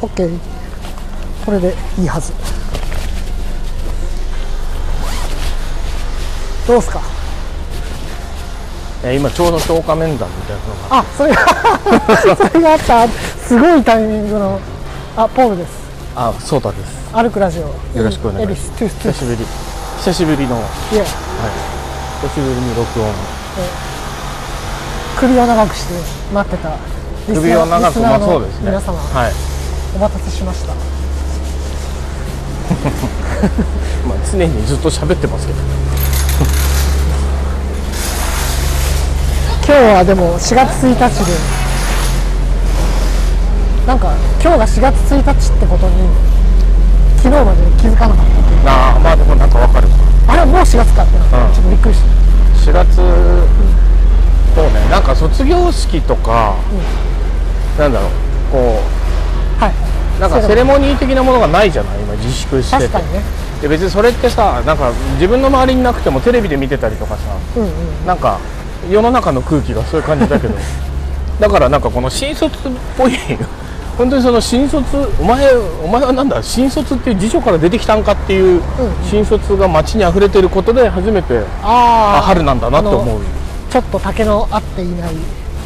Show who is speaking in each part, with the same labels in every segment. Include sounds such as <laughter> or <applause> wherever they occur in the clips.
Speaker 1: OK これでいいはずどうっすか
Speaker 2: えー今ちょうど消化面談みたいなのが
Speaker 1: あそれが <laughs> それがあったすごいタイミングのあポールです
Speaker 2: あそうだです
Speaker 1: 歩くラジオ
Speaker 2: よろしくお願
Speaker 1: エ
Speaker 2: いします
Speaker 1: ビストゥ
Speaker 2: 久
Speaker 1: ス
Speaker 2: しぶり久しぶりの
Speaker 1: トゥス
Speaker 2: 久しぶりに録音
Speaker 1: 首を長くして待ってたリス
Speaker 2: 首
Speaker 1: ナ
Speaker 2: を
Speaker 1: ー
Speaker 2: 長く
Speaker 1: リスナー
Speaker 2: まあ
Speaker 1: の
Speaker 2: そうですね
Speaker 1: 皆様
Speaker 2: はい、
Speaker 1: お待たせしました
Speaker 2: まあ、常にずっと喋ってますけど
Speaker 1: 今日はでも4月1日でなんか今日が4月1日ってことに昨日まで気づかなかっ
Speaker 2: なあまあでもなんかわかる
Speaker 1: たあれもう4月かってなっ
Speaker 2: うん
Speaker 1: てちょっとびっくりし
Speaker 2: 4月そうねなんか卒業式とか、なんだろうこ
Speaker 1: たはい、
Speaker 2: うなんかセレモニー的なものがないじゃない今自粛してて
Speaker 1: 確かにね
Speaker 2: で別にそれってさなんか自分の周りになくてもテレビで見てたりとかさ、
Speaker 1: うんうん
Speaker 2: なんか世の中の空気がそういう感じだ
Speaker 1: <laughs>
Speaker 2: けどだからなんかこの新卒っぽい本当にその新卒お前お前はなんだ新卒っていう辞書から出てきたんかっていう、新卒が街に溢れてることで初めてあ
Speaker 1: ああ
Speaker 2: 春なんだなって思う
Speaker 1: ちょっと竹の合っていない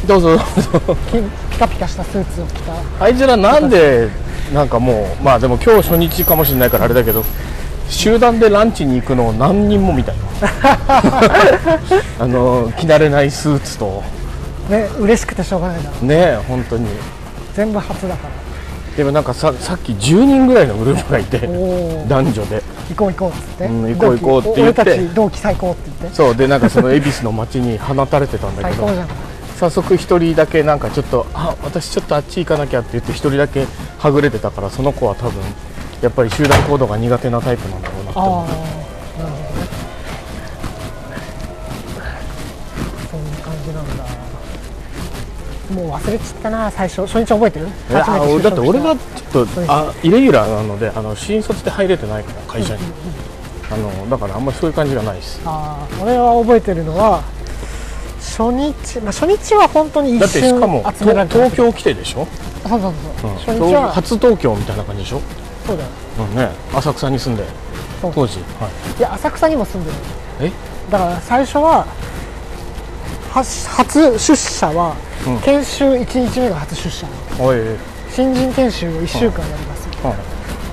Speaker 2: どうぞどうぞ
Speaker 1: ピピカピカしたスーツを着た
Speaker 2: あいつらなんでなんかもうまあでも今日初日かもしれないからあれだけど集団でランチに行くのを何人もみたい
Speaker 1: <laughs>
Speaker 2: なあの着慣れないスーツと
Speaker 1: ね嬉しくてしょうがないな
Speaker 2: ねえ本当に
Speaker 1: 全部初だから
Speaker 2: でもなんかささっき10人ぐらいのグループがいて
Speaker 1: おー
Speaker 2: 男女で
Speaker 1: 行こう行こうっつって、
Speaker 2: うん行こう行こう
Speaker 1: 同期
Speaker 2: って言って
Speaker 1: お俺たち同期最高って言って
Speaker 2: そうでなんかその恵比寿の街に放たれてたんだ
Speaker 1: 最
Speaker 2: けど
Speaker 1: 高じゃん
Speaker 2: 早速1人だけなんかちょっとあ私ちょっとあっち行かなきゃって言って1人だけはぐれてたからその子は多分やっぱり集団行動が苦手なタイプなんだろうなって
Speaker 1: ああ
Speaker 2: 思
Speaker 1: なるほどねそんな感じなんだもう忘れちったな最初初日覚えてる
Speaker 2: ういや
Speaker 1: 初め
Speaker 2: 俺
Speaker 1: て就職した
Speaker 2: だって俺がちょっとあイレギュラーなのであの新卒で入れてないから会社にあのだからあんまりそういう感じがないです
Speaker 1: あー俺は覚えてるのは初日、まあ、初日は本当に
Speaker 2: だ
Speaker 1: 一
Speaker 2: って
Speaker 1: 瞬
Speaker 2: しかも
Speaker 1: 集められ
Speaker 2: 東
Speaker 1: てた
Speaker 2: 東京来てでしょ、
Speaker 1: そうそうそう、初日は
Speaker 2: 初東京みたいな感じでしょ
Speaker 1: そうだよ
Speaker 2: うんね、浅草に住んで
Speaker 1: そ
Speaker 2: 当
Speaker 1: う
Speaker 2: 時、はい
Speaker 1: や浅草にも住んでる
Speaker 2: い、え
Speaker 1: だから最初はは初出社は
Speaker 2: うん
Speaker 1: 研修1日目が初出社、
Speaker 2: おい、うん、
Speaker 1: 新人研修を1週間やりますよ、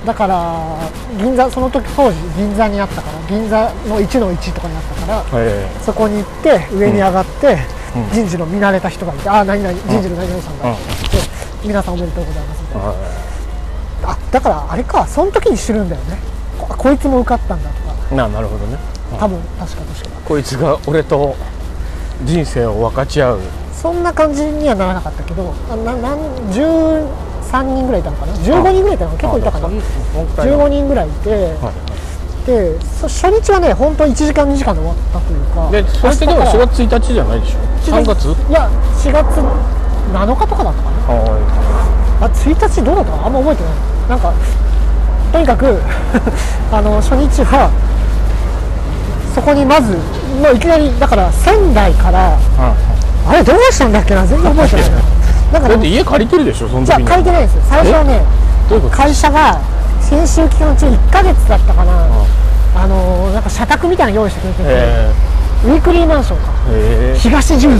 Speaker 1: だから銀座その時当時銀座にあったから銀座の1の1とかにあったから
Speaker 2: え
Speaker 1: そこに行って上に上がって、人事の見慣れた人がいて、ああ何々人事の何々さんが、
Speaker 2: うん
Speaker 1: で皆さんおめでとうございますみたいな、
Speaker 2: は
Speaker 1: あだからあれかその時に知るんだよねここいつも受かったんだとか
Speaker 2: い、ななるほどね
Speaker 1: 多分確か確か
Speaker 2: こいつが俺と人生を分かち合う
Speaker 1: そんな感じにはならなかったけどあななん13人ぐらいいたのかな15人ぐらいいたの結構いたかな
Speaker 2: あでもそんそんくらいな
Speaker 1: 15人ぐらいいて、
Speaker 2: はい
Speaker 1: でそ初日はね本当1時間2時間で終わったというか
Speaker 2: でそれってでも
Speaker 1: 明日か
Speaker 2: 4
Speaker 1: ら
Speaker 2: 月1日じゃないでしょ3月
Speaker 1: いや4月7日とかだったかな
Speaker 2: は
Speaker 1: あ1日どうだったかなあんま覚えてないなんかとにかく <laughs> あの初日はそこにまずもういきなりだから仙台から
Speaker 2: い、は
Speaker 1: あれどうしたんだっけな全然覚えてない
Speaker 2: <laughs>
Speaker 1: なだか
Speaker 2: い、だ
Speaker 1: ら
Speaker 2: って家借りてるでしょその
Speaker 1: じゃ
Speaker 2: 時
Speaker 1: あ
Speaker 2: に
Speaker 1: 書いてないですよ最初はね
Speaker 2: どういうこと
Speaker 1: 会社が先週期間中1ヶ月だったかな、あのーなんか社宅みたいなの用意してくれてて、
Speaker 2: え
Speaker 1: ウィークリーマンションか
Speaker 2: ー、え
Speaker 1: 東十条
Speaker 2: ー、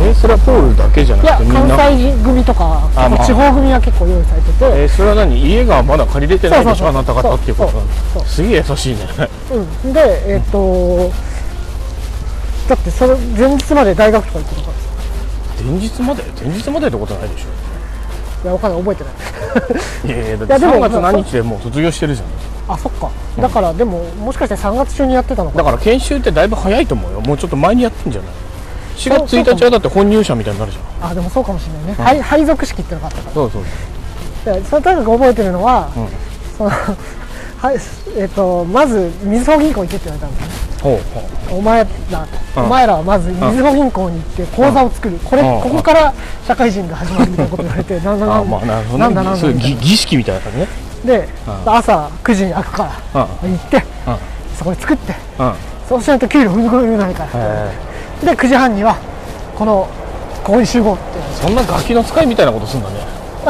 Speaker 2: えそれはポールだけじゃ
Speaker 1: い
Speaker 2: な
Speaker 1: や
Speaker 2: くてみん
Speaker 1: 関
Speaker 2: な
Speaker 1: 西組とか
Speaker 2: あまあ
Speaker 1: 地方組が結構用意されてて、
Speaker 2: えー、それは何家がまだ借りれてないでしょ
Speaker 1: そうそうそう
Speaker 2: あなた方っていうことなんだ
Speaker 1: そうそう
Speaker 2: すげえ優しいね
Speaker 1: うん、でえっ、とだってそれ前日まで大学とか行ってたからさ
Speaker 2: 前日まで前日までってことないでしょ
Speaker 1: いやわかんない覚えてない
Speaker 2: いやいやだっ
Speaker 1: い
Speaker 2: て
Speaker 1: やでも
Speaker 2: 3月何日でもう卒業してるじゃん
Speaker 1: あそっかだからでももしかして3月中にやってたの
Speaker 2: だ
Speaker 1: か
Speaker 2: から研修ってだいぶ早いと思うよもうちょっと前にやってんじゃない4
Speaker 1: そう
Speaker 2: 月1日はだって本入社みたいになるじゃん
Speaker 1: あでもそうかもしれないね、はい配属式ってのがあったから
Speaker 2: そうそう
Speaker 1: でそれとにかく覚えてるのは、
Speaker 2: ん
Speaker 1: その <laughs> はいえっとまずみずほ銀行行けって言われたんですね
Speaker 2: ほうほ
Speaker 1: お前ら、
Speaker 2: うん
Speaker 1: お前らはまずみずほ銀行に行って口座を作る、これ、
Speaker 2: うん
Speaker 1: ここから社会人が始まるみたいなこと言われてなんだ
Speaker 2: う
Speaker 1: な
Speaker 2: <laughs> あ
Speaker 1: ん
Speaker 2: まあ
Speaker 1: だ
Speaker 2: なるほ
Speaker 1: な
Speaker 2: ど
Speaker 1: んだなん
Speaker 2: ね
Speaker 1: だ
Speaker 2: そういう
Speaker 1: みたい
Speaker 2: 儀
Speaker 1: な
Speaker 2: 儀式みたいな感じね
Speaker 1: で、朝9時に開くから
Speaker 2: うん
Speaker 1: 行って
Speaker 2: うん
Speaker 1: そこで作って
Speaker 2: うん
Speaker 1: そうしないと給料振り込めないから、
Speaker 2: え
Speaker 1: で9時半にはこのここに集合って言われて
Speaker 2: ーそんなガキの使いみたいなことすんだね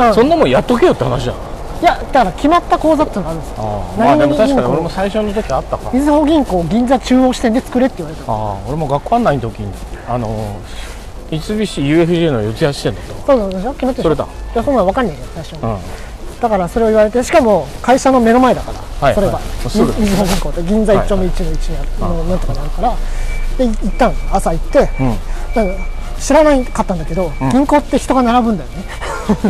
Speaker 1: うん
Speaker 2: そんなもんやっとけよって話じゃん
Speaker 1: いやだから決まった口座っていうのがあるんですよ
Speaker 2: ああまあでも確かに
Speaker 1: 何々銀行
Speaker 2: 俺も最初の時あったか
Speaker 1: みずほ銀行銀座中央支店で作れって言われた
Speaker 2: ああ俺も学校案内の時にあのー三菱 UFJ の四谷支店だったわ
Speaker 1: そうなんでしょ決まってるで
Speaker 2: それ
Speaker 1: しょ
Speaker 2: だ
Speaker 1: いやそんなの分かんないよ最初
Speaker 2: うん
Speaker 1: だからそれを言われてしかも会社の目の前だから、
Speaker 2: い
Speaker 1: それが、
Speaker 2: はいもうすぐ
Speaker 1: みずほ銀行って銀座一丁目一の一にあのなんとかなるからで一旦朝行って、
Speaker 2: うん
Speaker 1: なんか知らないかったんだけど、銀行って人が並ぶんだよね、
Speaker 2: <laughs>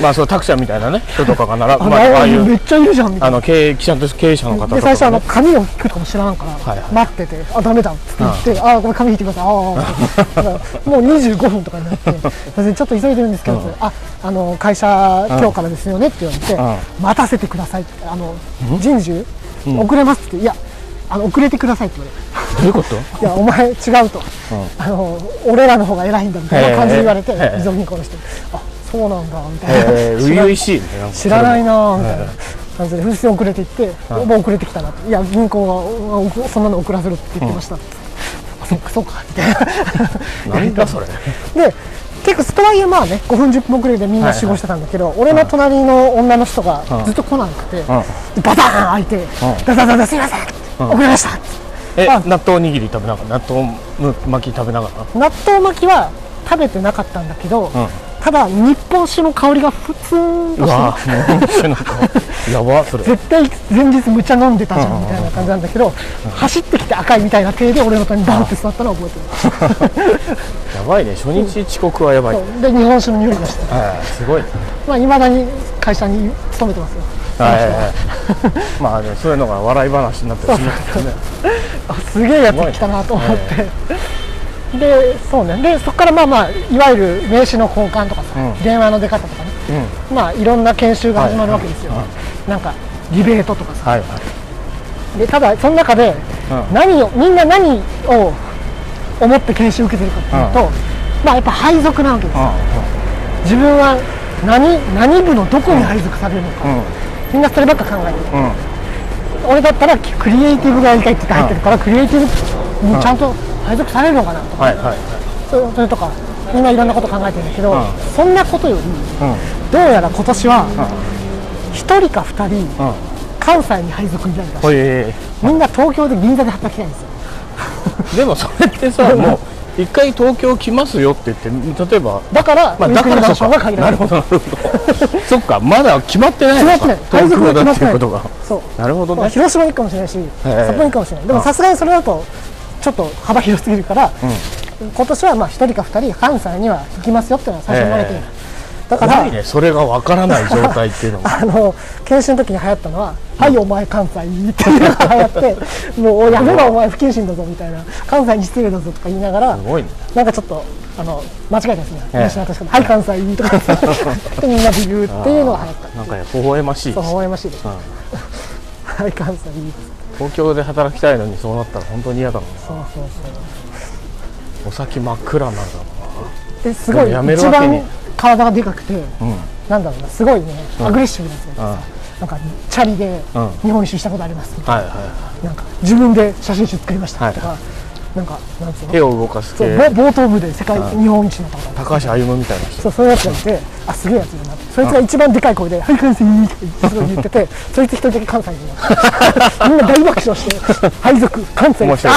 Speaker 2: まあそうタクシャみたいなね人とかがなら、
Speaker 1: あ
Speaker 2: <laughs> まあ、ああい
Speaker 1: め
Speaker 2: う
Speaker 1: っちゃいるじゃんみた
Speaker 2: あ
Speaker 1: いな
Speaker 2: の経営記者と経営者の方とか、ね、
Speaker 1: で最初あの紙を引くとかも知らんから、
Speaker 2: はいはい
Speaker 1: 待ってて「あダメだ」っつって言って「ああごめん紙引いてください」ああ
Speaker 2: <laughs>
Speaker 1: ああだからもう25分とかになって「すいませんちょっと急いでるんですけど」ああの会社今日からですよね」って言われて「待たせてください」ってあの人事遅れます」って「いやあの遅れてください」って言われて
Speaker 2: どういうこと
Speaker 1: 「いやお前違うと」あの俺らの方が偉いんだ」みたいな感じで言われて
Speaker 2: へえ
Speaker 1: 水戸銀行の人に「あそうなんだ」みたいな
Speaker 2: えー初々しいねんか
Speaker 1: 知らないなぁみたいな感じで、普通に遅れていって、もう遅れてきたなって、いや、銀行がそんなの遅らせるって言ってましたって、あそっか、そうかみたいな、
Speaker 2: なんだそれ
Speaker 1: で、結構、ストライヤまあね、5分、10分遅れでみんな集合してたんだけど、俺の隣の女の人がずっと来なくて、バターン開いて、ダダダダ、すいません、遅れましたって
Speaker 2: え
Speaker 1: あ
Speaker 2: 納豆おにぎり食べながら納豆巻き食べながら
Speaker 1: 納豆巻きは食べてなかったんだけど、ただ、日本酒の香りが普通
Speaker 2: う
Speaker 1: として
Speaker 2: わぁもう背中 <laughs> やばそれ
Speaker 1: 絶対前日むちゃ飲んでたじゃんみたいな感じなんだけど、走ってきて赤いみたいな手で俺の隣にバンって座ったのを覚えて
Speaker 2: やばいね初日遅刻はやばい、
Speaker 1: るで日本酒の匂いがして
Speaker 2: はいすごいね
Speaker 1: まあ、未だに会社に勤めてますよ
Speaker 2: はいはいはいまあねそういうのが笑い話になってるしね
Speaker 1: あすげえやってきたなと思って、でそうねでそこからまあまあいわゆる名刺の交換とかさ、
Speaker 2: うん
Speaker 1: 電話の出方とかね、まあいろんな研修が始まるわけですよ、なんかディベートとかさ
Speaker 2: はいはい
Speaker 1: でただその中で
Speaker 2: うん
Speaker 1: 何を、みんな何を思って研修受けてるかっていうと、まあやっぱ配属なわけですよ自分は何何部のどこに配属されるのか、みんなそればっか考えてる、俺だったらクリエイティブがやりたいって言って入ってるから、クリエイティブにちゃんと配属されるのかなとか、
Speaker 2: はいはい
Speaker 1: そうそれとかみんないろんなこと考えてるんだけど、そんなことより、どうやら今年は1人か2人、関西に配属になるらしい
Speaker 2: ほいえ
Speaker 1: みんな東京で銀座で働きたいんですよ
Speaker 2: ーでもそれってさもう一回東京来ますよって言って例えば
Speaker 1: だから、
Speaker 2: まあ
Speaker 1: ウィー
Speaker 2: だ
Speaker 1: ク
Speaker 2: か
Speaker 1: リーマ
Speaker 2: ら
Speaker 1: ンショ
Speaker 2: そ
Speaker 1: ン
Speaker 2: う
Speaker 1: が
Speaker 2: か
Speaker 1: 限ら
Speaker 2: な
Speaker 1: れ
Speaker 2: る
Speaker 1: る
Speaker 2: ほどなるほどそっかまだ決まってな
Speaker 1: 決まっ
Speaker 2: いのか
Speaker 1: てない配
Speaker 2: 東
Speaker 1: 属が決
Speaker 2: 京
Speaker 1: ま
Speaker 2: だ
Speaker 1: っ
Speaker 2: ってて
Speaker 1: ない
Speaker 2: いうことが
Speaker 1: そう
Speaker 2: なるほど
Speaker 1: まあ
Speaker 2: ね
Speaker 1: 広島に行くかもしれないし
Speaker 2: え
Speaker 1: 札幌に行くかもしれないでもさすがにそれだとちょっと幅広すぎるから、今年はまあ1人か2人関西には行きますよっていうのは最初に言われてる、
Speaker 2: え
Speaker 1: だから、
Speaker 2: 怖いねそれがわからない状態っていうのも
Speaker 1: <laughs> あの研修の時に流行ったのは「はいお前関西」っていうのが流行
Speaker 2: <laughs>
Speaker 1: って「もうやめろお前不謹慎だぞ」みたいな「関西に失礼だぞ」とか言いながら
Speaker 2: すごいね
Speaker 1: なんかちょっとあの間違えたですね
Speaker 2: ええ
Speaker 1: 練習の確かに「はい関西」とか
Speaker 2: <laughs>
Speaker 1: ってみんなで言うっていうのが流行った
Speaker 2: なんか微笑ましいです
Speaker 1: そう微笑ましいです、 <laughs> はい関西いいです
Speaker 2: 東京で働きたいのにそうなったら本当に嫌だもんな
Speaker 1: そうそうそ
Speaker 2: お先真っ暗なんだもん
Speaker 1: うですごい
Speaker 2: でもやめる
Speaker 1: 一
Speaker 2: わけに
Speaker 1: 番体がでかくて、なんだろうなすごいねアグレッシブなやつがいてさなんかチャリで
Speaker 2: うん
Speaker 1: 日本一周したことありますみたい
Speaker 2: はいは
Speaker 1: な,、なんか自分で写真集作りましたとか、
Speaker 2: はい
Speaker 1: なんかなんつう
Speaker 2: い
Speaker 1: の
Speaker 2: 手を動かす
Speaker 1: そう
Speaker 2: 系
Speaker 1: ぼ冒頭部で世界日本一の方が
Speaker 2: 高橋歩夢みたいな人
Speaker 1: そうそういうやつがいてあすげえやつだなってそいつが一番でかい声で「はい関西」ってすごい言って
Speaker 2: <laughs>
Speaker 1: てそいつ一人だけ関西人なのみんな大爆笑
Speaker 2: <laughs>
Speaker 1: して「配属関西」
Speaker 2: 面白い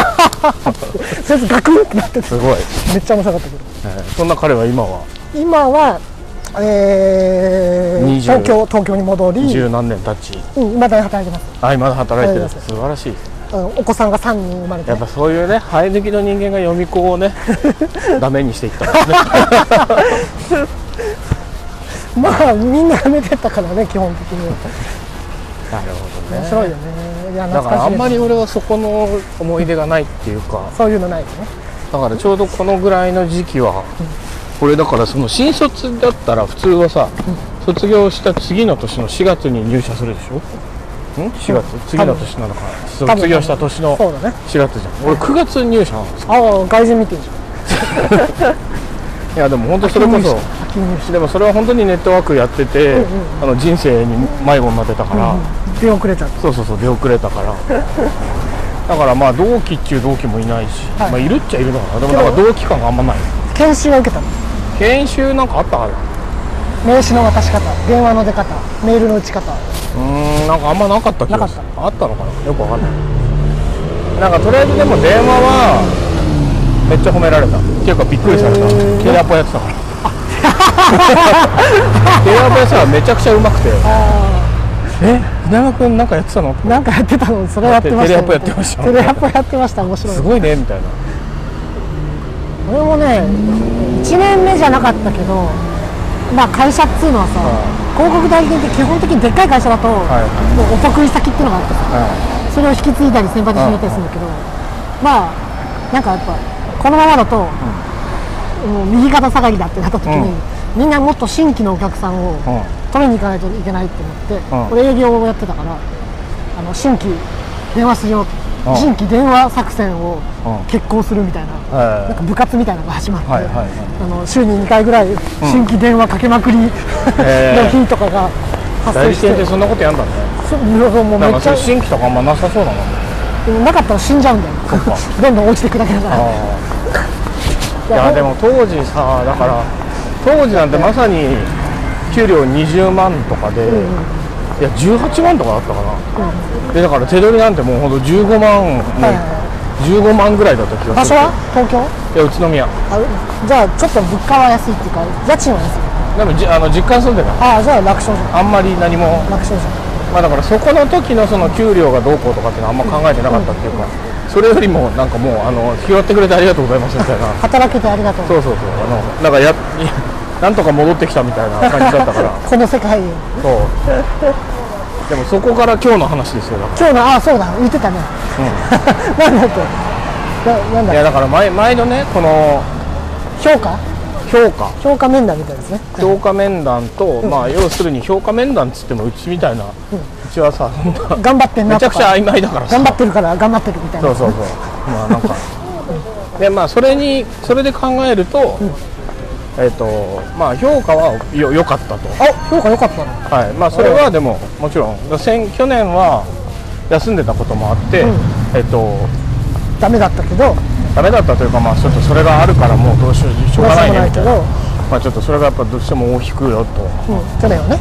Speaker 1: そいつガクンってなってて
Speaker 2: すごい、
Speaker 1: めっちゃ面白かったけど
Speaker 2: えーそんな彼は今は
Speaker 1: 今は、えー、
Speaker 2: 20
Speaker 1: 東京東京に戻り
Speaker 2: 十何年経ち、
Speaker 1: うん、まだ働いてます
Speaker 2: あ今まだ働いてる
Speaker 1: 働いてます
Speaker 2: 素晴らしいです
Speaker 1: あのお子さんが3人生まれて
Speaker 2: やっぱそういうね生え抜きの人間が読み子
Speaker 1: <laughs>
Speaker 2: をねダメにしていったんですね
Speaker 1: まあみんな辞めてったからね基本的に
Speaker 2: なるほど
Speaker 1: 面
Speaker 2: ね
Speaker 1: 白いよねいや
Speaker 2: だ
Speaker 1: 懐
Speaker 2: か
Speaker 1: かしい
Speaker 2: らあんまり
Speaker 1: です
Speaker 2: 俺はそこの思い出がないっていうか
Speaker 1: そういうのないよね
Speaker 2: だからちょうどこのぐらいの時期は俺だからその新卒だったら普通はさ、卒業した次の年の4月に入社するでしょん4月次の年なのかな
Speaker 1: 多分
Speaker 2: 卒業した年の
Speaker 1: そう
Speaker 2: 4
Speaker 1: だね
Speaker 2: 月じゃん俺9月入社なんです
Speaker 1: ああ外人見てるじゃん
Speaker 2: いやでも本当それこそ
Speaker 1: 秋入社
Speaker 2: でもそれは本当にネットワークやってて、あの人生に迷子になってたから、
Speaker 1: 出遅れちゃっ
Speaker 2: そうそうそう出遅れた <laughs> からだからまあ同期っちゅう同期もいないし、
Speaker 1: はい
Speaker 2: まあいるっちゃいるのかなでもなんか同期感があんまない
Speaker 1: た研修は受けたの
Speaker 2: 研修なんかあったかな
Speaker 1: 名刺の渡し方電話の出方メールの打ち方
Speaker 2: うんなんかあんまなかった気がする
Speaker 1: な
Speaker 2: あったのかなよくわかんないなんかとりあえずでも電話はめっちゃ褒められたっていうかびっくりされた
Speaker 1: へー
Speaker 2: テレアポやってたから <laughs> テレアポやってたらめちゃくちゃうまくてえ稲山君なんかやってたの
Speaker 1: なんかやってたのそれやってました
Speaker 2: テレアポやってました
Speaker 1: テレアポやってました面白い
Speaker 2: すごいねみたいな
Speaker 1: 俺もね1年目じゃなかったけどまあ会社っつうのはさ、広告代理店って基本的にでっかい会社だと、
Speaker 2: い
Speaker 1: もうお得意先っていうのがあってさそれを引き継いだり先輩に決めたりするんだけど、まあなんかやっぱこのままだと、もう右肩下がりだってなった時に、みんなもっと新規のお客さんを
Speaker 2: ん
Speaker 1: 取りに行かないといけないって思って、俺
Speaker 2: うん
Speaker 1: 営業をやってたからあの新規電話しよう
Speaker 2: うん
Speaker 1: 新規電話作戦を
Speaker 2: うん
Speaker 1: 決行するみたいな,、
Speaker 2: は
Speaker 1: な
Speaker 2: い
Speaker 1: んか部活みたいなのが始まって、
Speaker 2: はいはいはい
Speaker 1: あの週に2回ぐらい新規電話かけまくりの
Speaker 2: へー
Speaker 1: 日とかが発生
Speaker 2: 代理
Speaker 1: して
Speaker 2: 店ってそんなことやんだね
Speaker 1: そうもうめ
Speaker 2: なんか
Speaker 1: っち
Speaker 2: そ
Speaker 1: ゃ
Speaker 2: う新規とかあんまなさそうなの
Speaker 1: なかったら死んじゃうんだよ
Speaker 2: か
Speaker 1: どんどん落ちていくだけだから
Speaker 2: いやでも当時さだから当時なんてまさに給料20万とかで、いや18万とかだったかな、でだから手取りなんてもうほんと15万、
Speaker 1: はい
Speaker 2: 15万ぐらいだった気が
Speaker 1: 場所
Speaker 2: する
Speaker 1: は東京
Speaker 2: いや宇都宮
Speaker 1: あうじゃあちょっと物価は安いっていうか家賃は安い
Speaker 2: でもじあの実家に住んでた
Speaker 1: ああじゃあ楽勝じゃん
Speaker 2: あんまり何も
Speaker 1: 楽勝じゃ
Speaker 2: まあだからそこの時のその給料がどうこうとかっていうのはあんま考えてなかったっていうか、それよりもなんかもうあの拾ってくれてありがとうございますみたいなん
Speaker 1: 働けてありがとう
Speaker 2: そうそうそうあの
Speaker 1: <laughs>
Speaker 2: なんかやなんとか戻ってきたみたいな感じだったから
Speaker 1: この世界へ
Speaker 2: そうでもそこから今日の話ですよだか
Speaker 1: 今日のああそうだ言ってたね、 <laughs> なんだっけななん
Speaker 2: らい
Speaker 1: だ
Speaker 2: やだから前前のねこの
Speaker 1: 評価
Speaker 2: 評価
Speaker 1: 評価面談みたいですね
Speaker 2: 評価面談と、まあ要するに評価面談っつってもうちみたいな、うちはさそんな
Speaker 1: 頑張ってんな
Speaker 2: めち
Speaker 1: と
Speaker 2: ゃくちゃ
Speaker 1: か
Speaker 2: 曖昧だからさ
Speaker 1: 頑張ってるから頑張ってるみたい
Speaker 2: そ
Speaker 1: な
Speaker 2: うそうそうまあな
Speaker 1: <laughs>
Speaker 2: んかでまあそれにそれで考えると、えっ、とまあ評価はよ良かったと
Speaker 1: あ評価良かったな
Speaker 2: はいまあそれはでももちろん先去年は休んでたこともあって、えっ、と
Speaker 1: ダメだったけど
Speaker 2: ダメだったというかまあちょっとそれがあるからもうどうしようしょうがないねみたいな
Speaker 1: どうしようもない
Speaker 2: まあちょっとそれがやっぱどうしても大引くよと
Speaker 1: うん去年はね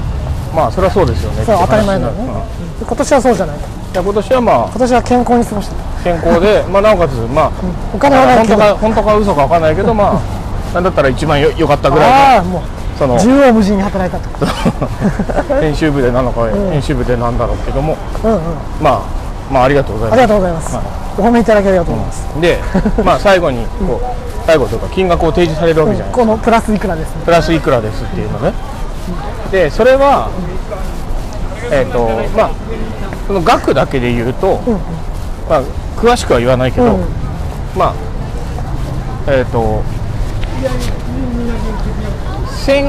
Speaker 2: まあそれはそうですよね
Speaker 1: そう
Speaker 2: ってい
Speaker 1: 当たり前
Speaker 2: 話に
Speaker 1: な
Speaker 2: な
Speaker 1: の
Speaker 2: る
Speaker 1: ね
Speaker 2: うん、
Speaker 1: で今年はそうじゃない今
Speaker 2: で今年はまあ
Speaker 1: 年は健康に過ごして
Speaker 2: 健康
Speaker 1: <laughs>
Speaker 2: で、まあ、なおかつ、まあ、
Speaker 1: お金はないけど
Speaker 2: 本当か本当か嘘かわかんないけど、まあ、なんだったら一番よ良かったぐらい
Speaker 1: ああもう
Speaker 2: の、その、
Speaker 1: 縦横無尽に働いたと
Speaker 2: 編集部でなのか、編集部でなんだろうけども、
Speaker 1: うんうんあ
Speaker 2: まあ、まあ、ありがとうござい
Speaker 1: り
Speaker 2: ま
Speaker 1: がとうございます、お褒めいただければと思います、
Speaker 2: す。で、 <laughs> まあ、最後に、こう、最後というか、金額を提示されるわけじゃない、
Speaker 1: このプラスいくらですね
Speaker 2: プラスいくらですっていうのね。で、それは、えっ、と、まあ、その額だけで言うと、まあ、詳しくは言わないけど、
Speaker 1: うん
Speaker 2: まあえっ、と先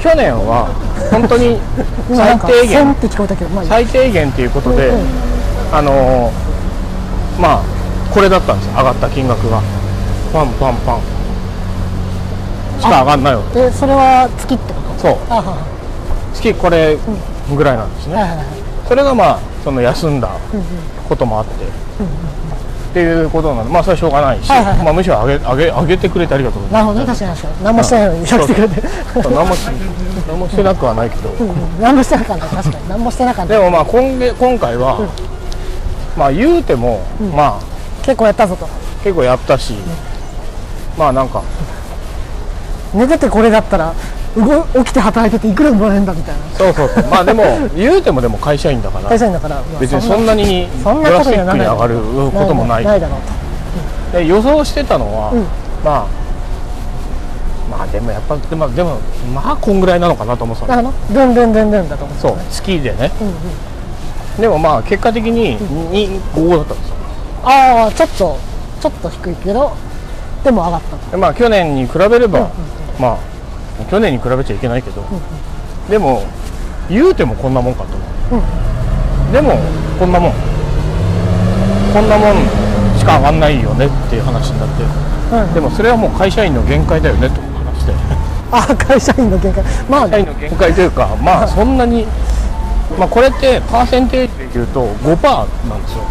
Speaker 2: 去年は本当に
Speaker 1: 今な
Speaker 2: 最
Speaker 1: んか
Speaker 2: 低
Speaker 1: 1000
Speaker 2: 限
Speaker 1: って聞こえたけどまあいい
Speaker 2: 最低限ということで、あのーまあこれだったんですよ上がった金額がパンパンパンしか上がんないよ
Speaker 1: えそれは月ってこと
Speaker 2: そう
Speaker 1: ああは
Speaker 2: 月これぐらいなんですね、
Speaker 1: いはいはい
Speaker 2: それがまあその休んだこともあって、っていうことなのでまあそれはしょうがないし、
Speaker 1: はいはいはい
Speaker 2: まあ、むしろ上げ上げ上げてくれてありがとうございます
Speaker 1: なるほどね確かに確かに何もしてないのにやってくれて <laughs>
Speaker 2: 何もし何もしてなくはないけど、
Speaker 1: うん何もしてなかった確かに何もしてなかった
Speaker 2: でもまあ今月今回は、まあ言うても、まあ
Speaker 1: 結構やったぞと
Speaker 2: 結構やったし、まあなんか
Speaker 1: 寝ててこれだったら動起きて働いてていくらもらえるんだみたいな
Speaker 2: そうそうそうまあで
Speaker 1: <laughs>
Speaker 2: も言うてもでも会社員だから
Speaker 1: 会社員だからまあ
Speaker 2: 別にそんなに
Speaker 1: そん
Speaker 2: ド
Speaker 1: なこと
Speaker 2: ラス
Speaker 1: に
Speaker 2: ティ
Speaker 1: はな
Speaker 2: ックに
Speaker 1: ら
Speaker 2: 上がることもない
Speaker 1: ないだろう
Speaker 2: で予想してたのは、
Speaker 1: ん
Speaker 2: まあまあでもやっぱでもでもまあこんぐらいなのかなと思って
Speaker 1: と
Speaker 2: たの
Speaker 1: なるほどドゥンドゥンドゥンドゥンだと思って
Speaker 2: そうスキーでね、でもまあ結果的に25だったんですよ
Speaker 1: ああちょっとちょっと低いけどでも上がったと
Speaker 2: でまあ去年に比べれば、まあ去年に比べちゃいけないけど、でも言うてもこんなもんかとでもこんなもんこんなもんしか上がんないよねっていう話になって、
Speaker 1: うん
Speaker 2: でもそれはもう会社員の限界だよねと話して
Speaker 1: ああ会社員の限界まあ
Speaker 2: 会社員の限界というかまあそんなに、まあ、これってパーセンテージで言うと5%なんですよ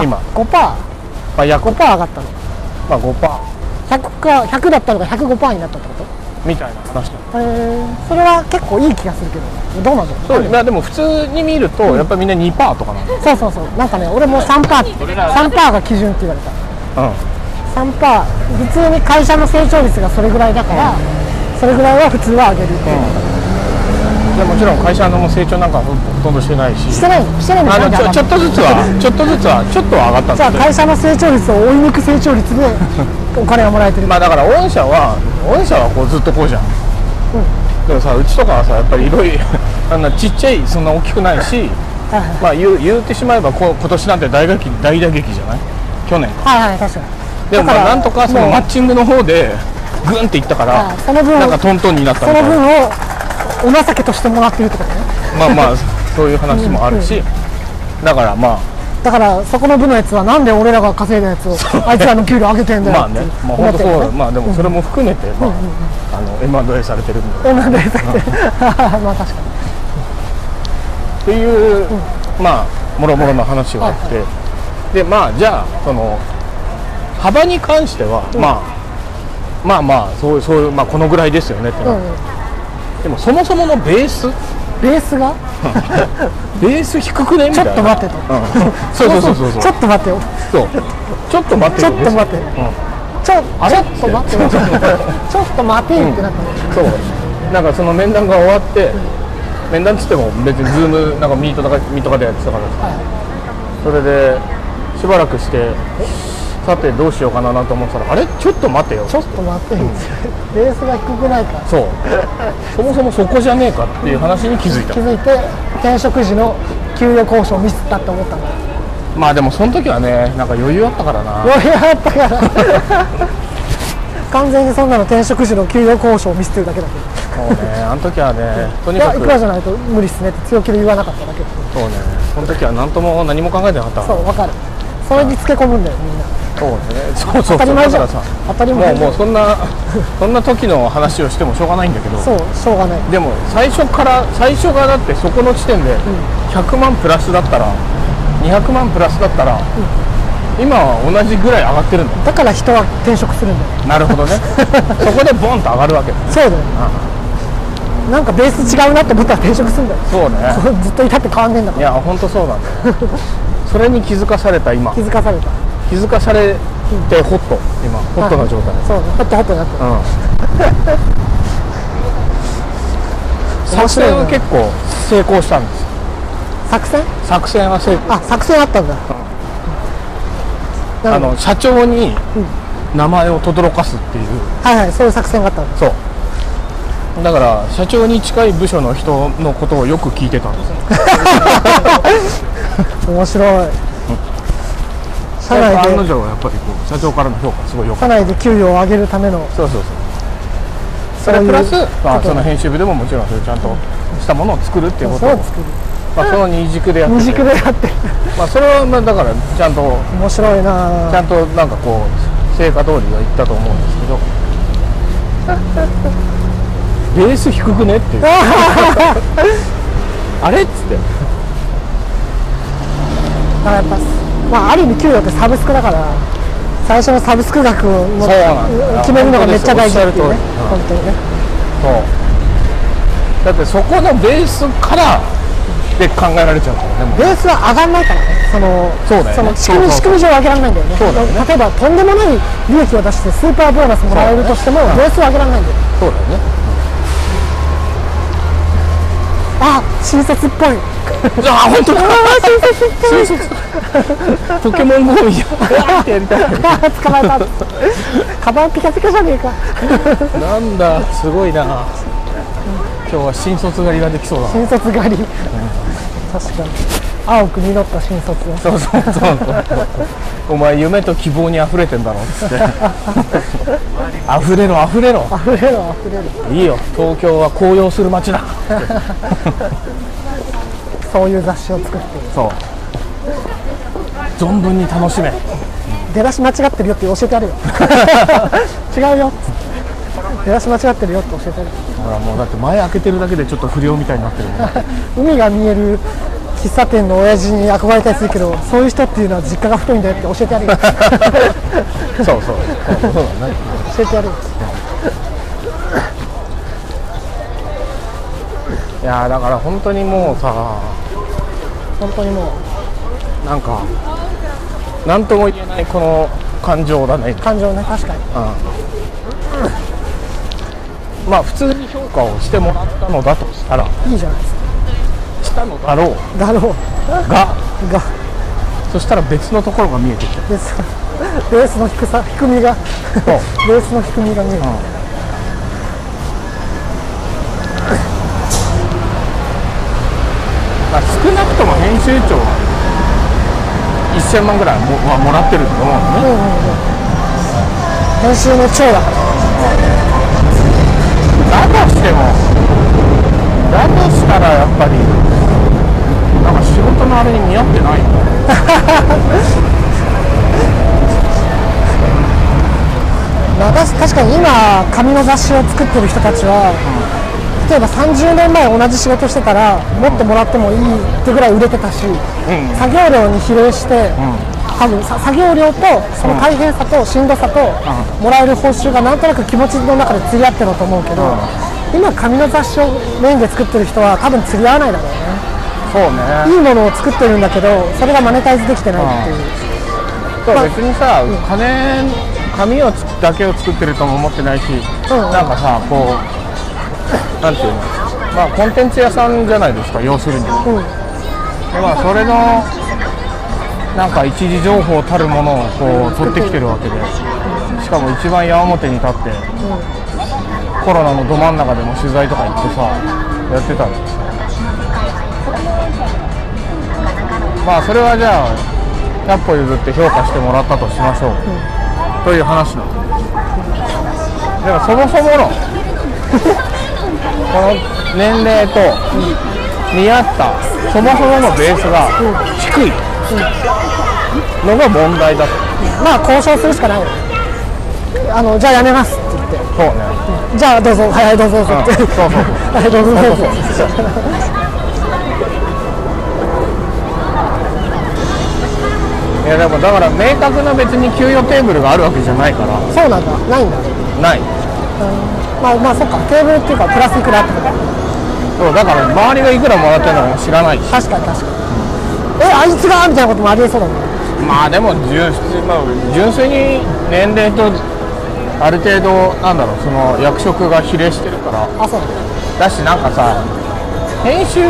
Speaker 2: 今、
Speaker 1: 5パ
Speaker 2: まあ、約
Speaker 1: ー5パー上がったの
Speaker 2: まあ5%。
Speaker 1: 100か100だったのが105パーになったってこと
Speaker 2: みたいな話なの
Speaker 1: えーそれは結構いい気がするけどどうなんだろう
Speaker 2: そうまあでも普通に見るとやっぱりみんな2パーとかなんだ
Speaker 1: そうそうそうなんかね俺も3パー3パーが基準って言われた
Speaker 2: うん
Speaker 1: 3パー普通に会社の成長率がそれぐらいだから、それぐらいは普通は上げるっていう、
Speaker 2: でもちろん会社の成長なんかほほとんどしてないし
Speaker 1: してないしてないの
Speaker 2: あ
Speaker 1: な
Speaker 2: の
Speaker 1: んで
Speaker 2: ちょちょっとずつはちょっとずつはちょっとは上が
Speaker 1: じ
Speaker 2: った
Speaker 1: ゃあ
Speaker 2: んだけ
Speaker 1: 会社の成長率を追い抜く成長率でお金をもらえてる、
Speaker 2: どまあだから御社は御社はこうずっとこうじゃん、でもさうちとかはさやっぱりいろいろ <laughs> あんなちっちゃいそんな大きくないし
Speaker 1: はいはい
Speaker 2: まあ言う言うてしまえばこう今年なんて大打撃大打撃じゃない去年か
Speaker 1: はいはい確かに
Speaker 2: でも
Speaker 1: だから
Speaker 2: まあなんとかその
Speaker 1: もう
Speaker 2: マッチングの方でグンっていったか
Speaker 1: あ
Speaker 2: ら
Speaker 1: その分
Speaker 2: なんかトントンになった
Speaker 1: その
Speaker 2: みたいな
Speaker 1: 分をお情けとしてもらってるってことね
Speaker 2: まあまあそういう話もあるし、だからまあ
Speaker 1: だからそこの部のやつはなんで俺らが稼いだやつをあいつらの給料上げてんだよ
Speaker 2: まあ
Speaker 1: って
Speaker 2: ね
Speaker 1: いう、
Speaker 2: まあ
Speaker 1: 思
Speaker 2: 本
Speaker 1: っ
Speaker 2: 当
Speaker 1: て
Speaker 2: そ
Speaker 1: る
Speaker 2: う、
Speaker 1: よね
Speaker 2: まあでもそれも含めて、まあ、あの M&A されてるんだ
Speaker 1: 女でさってまあ確かに
Speaker 2: っていう、まあもろもろの話があって、でまあじゃあその幅に関しては、まあまあまあそうそういうまあこのぐらいですよねってなる、
Speaker 1: うん
Speaker 2: でもそもそものベース
Speaker 1: ベースが
Speaker 2: ベース低くねみ
Speaker 1: ちょ
Speaker 2: たい
Speaker 1: っ
Speaker 2: な
Speaker 1: と待ってと
Speaker 2: そうそうそうそうそ
Speaker 1: <laughs>
Speaker 2: う
Speaker 1: ちょっと待ってよ
Speaker 2: そうちょっと待って
Speaker 1: ちょ
Speaker 2: よ
Speaker 1: っと待ってよちょ
Speaker 2: あ
Speaker 1: ち
Speaker 2: れ
Speaker 1: ょっと待ってよちょっと待てよってなったの
Speaker 2: そうなんかその面談が終わって、面談っつっても別にズームなんかミートとかミートとかでやってたからさ、それでしばらくしてさてどうしようかななと思ってたらあれちょっと待てよ
Speaker 1: ちょっと待ってよベースが低くないか
Speaker 2: そうそもそもそこじゃねえかっていう話に気づいた
Speaker 1: 気づいて転職時の給与交渉をミスったって思ったんだ
Speaker 2: まあでもその時はねなんか余裕あったからな
Speaker 1: 余裕あったから完全にそんなの転職時の給与交渉をミスってるだけだけど
Speaker 2: そうねあの時は
Speaker 1: <laughs>
Speaker 2: ねとに
Speaker 1: いや
Speaker 2: か
Speaker 1: い
Speaker 2: く
Speaker 1: くらじゃないと無理っすねって強気で言わなかっただけ
Speaker 2: そうねその時は何とも何も考えてなかった
Speaker 1: そうわかるそれにつけ込むんだよみんな
Speaker 2: そうねそうそ
Speaker 1: 当
Speaker 2: う
Speaker 1: たり前じゃん
Speaker 2: だからさ
Speaker 1: 当たり
Speaker 2: も
Speaker 1: 前
Speaker 2: うもうそんなそんな時の話をしてもしょうがないんだけど
Speaker 1: そうしょうがない
Speaker 2: でも最初から最初がだってそこの地点で100万プラスだったら200万プラスだったら、今は同じぐらい上がってるんだよ
Speaker 1: だから人は転職するんだよ
Speaker 2: なるほどね <laughs> そこでボンと上がるわけだ
Speaker 1: そうだよなんかベース違うなって思ったら転職するんだよ
Speaker 2: そうね
Speaker 1: ずっといたって変わんねえんだか
Speaker 2: いや本当そう <laughs> なんだよそれに気づかされた今
Speaker 1: ら気づかされた
Speaker 2: 気づかされてホット今ホットな状態、
Speaker 1: そうホットホットにな
Speaker 2: <laughs>
Speaker 1: って
Speaker 2: うん作戦は結構成功したんですよ
Speaker 1: 作戦
Speaker 2: 作戦は成功
Speaker 1: あ作戦あったんだな
Speaker 2: あ
Speaker 1: るほど
Speaker 2: の社長に名前を轟かすっていう
Speaker 1: はいはいそういう作戦があったんだ
Speaker 2: そうだから社長に近い部署の人のことをよく聞いてたんですよ
Speaker 1: 面白い社
Speaker 2: 案
Speaker 1: 内
Speaker 2: の
Speaker 1: で
Speaker 2: 定はやっぱりこう社長からの評価すごい良かっ
Speaker 1: 社内で給与を上げるための
Speaker 2: たそうそうそうそ
Speaker 1: そう
Speaker 2: れ
Speaker 1: いう
Speaker 2: プラス、
Speaker 1: こ
Speaker 2: まあ、
Speaker 1: と
Speaker 2: その編集部でももちろんそれちゃんとしたものを作るっていうこと
Speaker 1: そ
Speaker 2: を
Speaker 1: う、作る
Speaker 2: まあ、その二軸でやって
Speaker 1: 二
Speaker 2: て
Speaker 1: 軸でやって
Speaker 2: まあ、それはまあだからちゃんと
Speaker 1: 面白い
Speaker 2: ち
Speaker 1: な
Speaker 2: ゃ
Speaker 1: あ
Speaker 2: んとなんかこう成果通りはいったと思うんですけどベース低くねっていう <laughs> あれっつって
Speaker 1: だからやっぱまあある意味給与ってサブスクだから最初のサブスク額をも
Speaker 2: そうなんだよ
Speaker 1: 決めるのがめっちゃ大事っていうね
Speaker 2: おっ
Speaker 1: 本当にね
Speaker 2: そうだってそこのベースからで考えられちゃうからねもう
Speaker 1: ベースは上がんないからねその
Speaker 2: そうだよね
Speaker 1: の仕組み仕
Speaker 2: そうそうそう
Speaker 1: 組み上上げられないんだよね
Speaker 2: そうだよね
Speaker 1: 例えばとんでもない利益を出してスーパーボーナスもらえるとしても、
Speaker 2: そうだね
Speaker 1: ベースは上げられないんだよ
Speaker 2: そうだよね
Speaker 1: あ新卒っぽい
Speaker 2: じゃあ本当だ新卒ポケモン GO みたいなってやりたい
Speaker 1: あー <laughs> 捕まえたカバンピカピカじゃねえか
Speaker 2: なんだすごいな今日は新卒狩りができそうだ
Speaker 1: 新卒狩り確かに青く実った新卒だ
Speaker 2: そうそうそうそうお前夢と希望にあふれてんだろっつってあふれろあふれろ
Speaker 1: 溢れる溢れる
Speaker 2: いいよ東京は紅葉する街だ
Speaker 1: そういう雑誌を作って
Speaker 2: そう存分に楽しめ
Speaker 1: 出だし間違ってるよって教えてある
Speaker 2: <laughs>
Speaker 1: よ違うよっつって出だし間違ってるよって教えてある
Speaker 2: ほらもうだって前開けてるだけでちょっと不良みたいになってるもん
Speaker 1: 海が見える喫茶店の親父に憧れたりするけどそういう人っていうのは実家が太いんだよって教えてあるよ
Speaker 2: そうそうそうそうだね
Speaker 1: 教えてやるよ
Speaker 2: いやーだから本当にもうさ
Speaker 1: 本当にも
Speaker 2: なんか何とも言えないこの感情だね
Speaker 1: う感情ね確かに
Speaker 2: まあ普通に評価をしてもらったのだとしたら
Speaker 1: いいじゃないですか
Speaker 2: したのだろう
Speaker 1: だろう <laughs>
Speaker 2: が
Speaker 1: が
Speaker 2: そしたら別のところが見えてきた
Speaker 1: レースレースの低さ低みがレースの低みが見える、
Speaker 2: まあ、少なくとも編集長は1000万ぐらいも,、はもらってると思うのね
Speaker 1: 編集の長だから
Speaker 2: だとしてもだとしたらやっぱりなんか仕事のあれに見合ってないんだ
Speaker 1: まあ確確かに今紙の雑誌を作ってる人たちは、例えば30年前同じ仕事してたらもっともらってもいいってぐらい売れてたし、作業量に比例して、多分さ作業量とその大変さとしんどさと、もらえる報酬がなんとなく気持ちの中で釣り合ってると思うけど、今紙の雑誌をメインで作ってる人は多分釣り合わないだろうね
Speaker 2: そう
Speaker 1: い
Speaker 2: ね
Speaker 1: いものを作ってるんだけどそれがマネタイズできてないっていう、
Speaker 2: そう別にさ金紙をつだけを作ってるとも思ってないし、なんかさこうなんていうのまあコンテンツ屋さんじゃないですか要する
Speaker 1: うん
Speaker 2: に、でまあそれのなんか一時情報たるものをこう取ってきてるわけでしかも一番矢面に立って、コロナのど真ん中でも取材とか行ってさやってたんですよまあそれはじゃあ100歩譲って評価してもらったとしましょう、という話なんですでもそもそもの <laughs> この年齢と見合ったそもそものベースが低いのが問題だと
Speaker 1: まあ交渉するしかないよあのじゃあやめますって言って
Speaker 2: そうね
Speaker 1: じゃあどうぞはいはいどうぞって
Speaker 2: うんそうそうそう
Speaker 1: はいどうぞどうぞ
Speaker 2: いやでもだから明確な別に給与テーブルがあるわけじゃないから
Speaker 1: そうなんだないんだ
Speaker 2: ない
Speaker 1: まあまあそっかテーブルっていうかプラスいくらってこと
Speaker 2: そうだから周りがいくらもらってるのも知らないし
Speaker 1: 確かに確かにえあいつがみたいなこともありえそうだね
Speaker 2: まあでも純,、まあ、純粋に年齢とある程度なんだろうその役職が比例してるから
Speaker 1: あそうなんだ
Speaker 2: だしなんかさ編集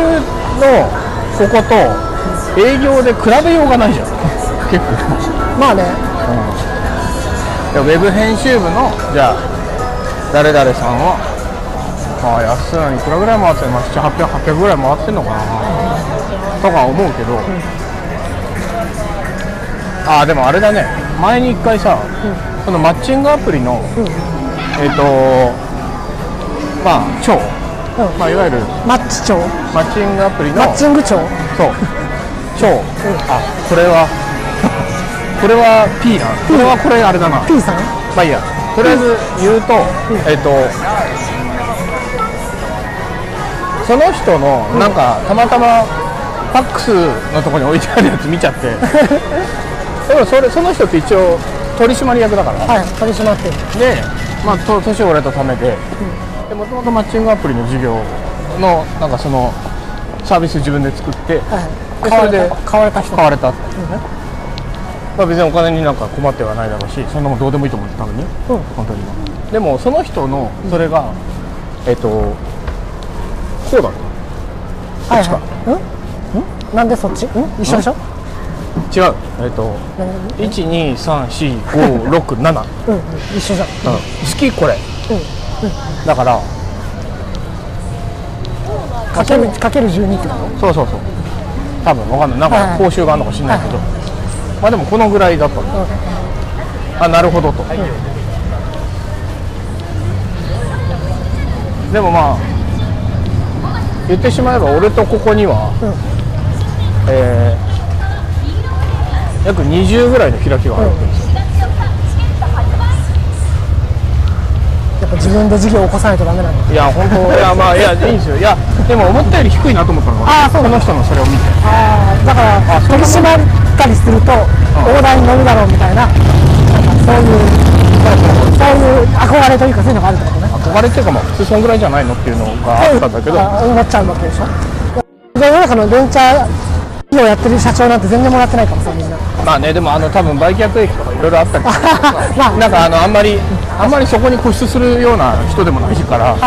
Speaker 2: のここと営業で比べようがないじゃん <laughs> 結構
Speaker 1: まあね
Speaker 2: でウェブ編集部のじゃあ誰々さんはまあ安いのにいくらぐらい回ってるの700800ぐらい回ってんのかなとか思うけど、ああでもあれだね前に一回さ、このマッチングアプリの、えっ、とまあ長、
Speaker 1: うん
Speaker 2: まあ、いわゆる
Speaker 1: マッチ長
Speaker 2: マッチングアプリの
Speaker 1: マッチング長
Speaker 2: そう超、あこれはこれは P なこれはこれあれだな
Speaker 1: P さん
Speaker 2: まあいいやとりあえず言うと、えっ、とその人のなんかたまたまファックスのとこに置いてあるやつ見ちゃってでもそれその人って一応取締役だから
Speaker 1: はい取り締まってる
Speaker 2: で、まあ、と年を俺とためでもともとマッチングアプリの事業のなんかそのサービス自分で作って、
Speaker 1: はい
Speaker 2: で
Speaker 1: 買わ
Speaker 2: それ
Speaker 1: れ
Speaker 2: で
Speaker 1: た買われた人
Speaker 2: 買われた、まあ、別にお金になんか困ってはないだろうしそんなもんどうでもいいと思ってたのに、
Speaker 1: うん
Speaker 2: 本当にでもその人のそれが、えっ、とこうだった
Speaker 1: はい
Speaker 2: っちか
Speaker 1: はいうんんなんでそっちん一緒でしょ
Speaker 2: 違うえっ、と1234567
Speaker 1: うんうん一緒じゃん
Speaker 2: 好きこれ、だから
Speaker 1: かけるかける12ってこと
Speaker 2: そうそうそう多分わかんないなん
Speaker 1: はいは
Speaker 2: か
Speaker 1: い
Speaker 2: 報酬があるのか知んないけど、まあでもこのぐらいだったの、あなるほどと、でもまあ言ってしまえば俺とここには、
Speaker 1: ん
Speaker 2: えー約20ぐらいの開きがあるわけですよ、
Speaker 1: やっぱ自分で事業を起こさないとダメなんだ
Speaker 2: いや本
Speaker 1: <laughs>
Speaker 2: 当いやまあいやいいんですよいやでも思ったより低いなと思ったのが
Speaker 1: あーそう
Speaker 2: この人のそれを見て
Speaker 1: ああだから取り締まったりすると横断に乗るだろうみたいななんかそういうそういう憧れというかそういうのがあるってことね
Speaker 2: 憧れっていうかまあ普通そんぐらいじゃないのっていうのがあったんだけど
Speaker 1: あ思っちゃうわけでしょ世の中のベンチャー企業やってる社長なんて全然もらってないからさみんな
Speaker 2: まあねでもあの多分売却益とかいろいろあっ
Speaker 1: <laughs>
Speaker 2: たけど
Speaker 1: まあ
Speaker 2: なんかあのあんまりあんまりそこに固執するような人でもないから、
Speaker 1: いは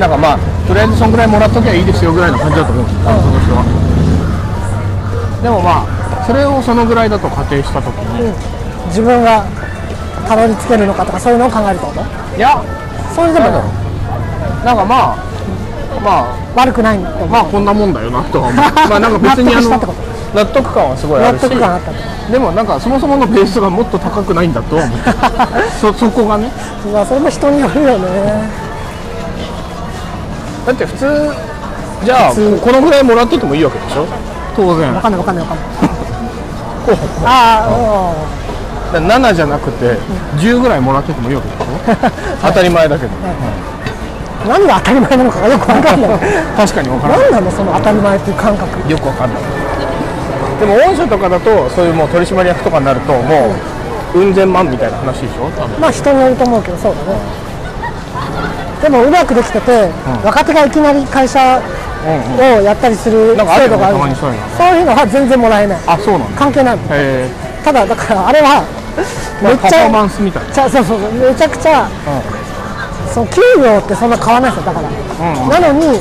Speaker 2: なんかまあとりあえずそんぐらいもらっときゃいいですよぐらいの感じだと思うんですよ、その人はでもまあそれをそのぐらいだと仮定した時に、
Speaker 1: 自分がたどり着けるのかとかそういうのを考えるってこと
Speaker 2: いや
Speaker 1: そういうでも
Speaker 2: なんだろうなんかまあまあ
Speaker 1: 悪くないんだと思う
Speaker 2: まあこんなもんだよな
Speaker 1: <laughs>
Speaker 2: とは思うまあなんか別にあの
Speaker 1: 納得したってこ
Speaker 2: 納得感はすごいあ
Speaker 1: 納
Speaker 2: るし
Speaker 1: 得感あったと
Speaker 2: でもなんかそもそものベースがもっと高くないんだとは思
Speaker 1: <laughs>
Speaker 2: うそそこがね
Speaker 1: まあそれも人によるよね
Speaker 2: だって普通じゃあ
Speaker 1: 普通
Speaker 2: このぐらいもらっててもいいわけでしょ当然
Speaker 1: わかんないわかんないわかんない
Speaker 2: <laughs> こう
Speaker 1: あ
Speaker 2: だから7じゃなくて10ぐらいもらっててもいいわけでし <laughs> ょ当たり前だけど、
Speaker 1: あ何が当たり前なのかがよくわかんない
Speaker 2: <laughs> 確かに分からない
Speaker 1: 何なのその当たり前っていう感覚
Speaker 2: よく分かんないでも御社とかだとそういうもう取締役とかになるともううん千万みたいな話でしょ多分
Speaker 1: まあ人によると思うけどそうだねでもうまくできてて、若手がいきなり会社をやったりする制
Speaker 2: なんかあるよね
Speaker 1: 度がある
Speaker 2: たまにそういうの
Speaker 1: そういうのは全然もらえない
Speaker 2: あそうなんだ
Speaker 1: 関係ないの
Speaker 2: へえ
Speaker 1: ただだからあれはめ
Speaker 2: まあ
Speaker 1: っ
Speaker 2: パ
Speaker 1: ち
Speaker 2: フォーマ
Speaker 1: ゃ
Speaker 2: ンスみたいな
Speaker 1: ちゃそうそうそうめちゃくちゃ、その給料ってそんな変わらないですよだから、なのに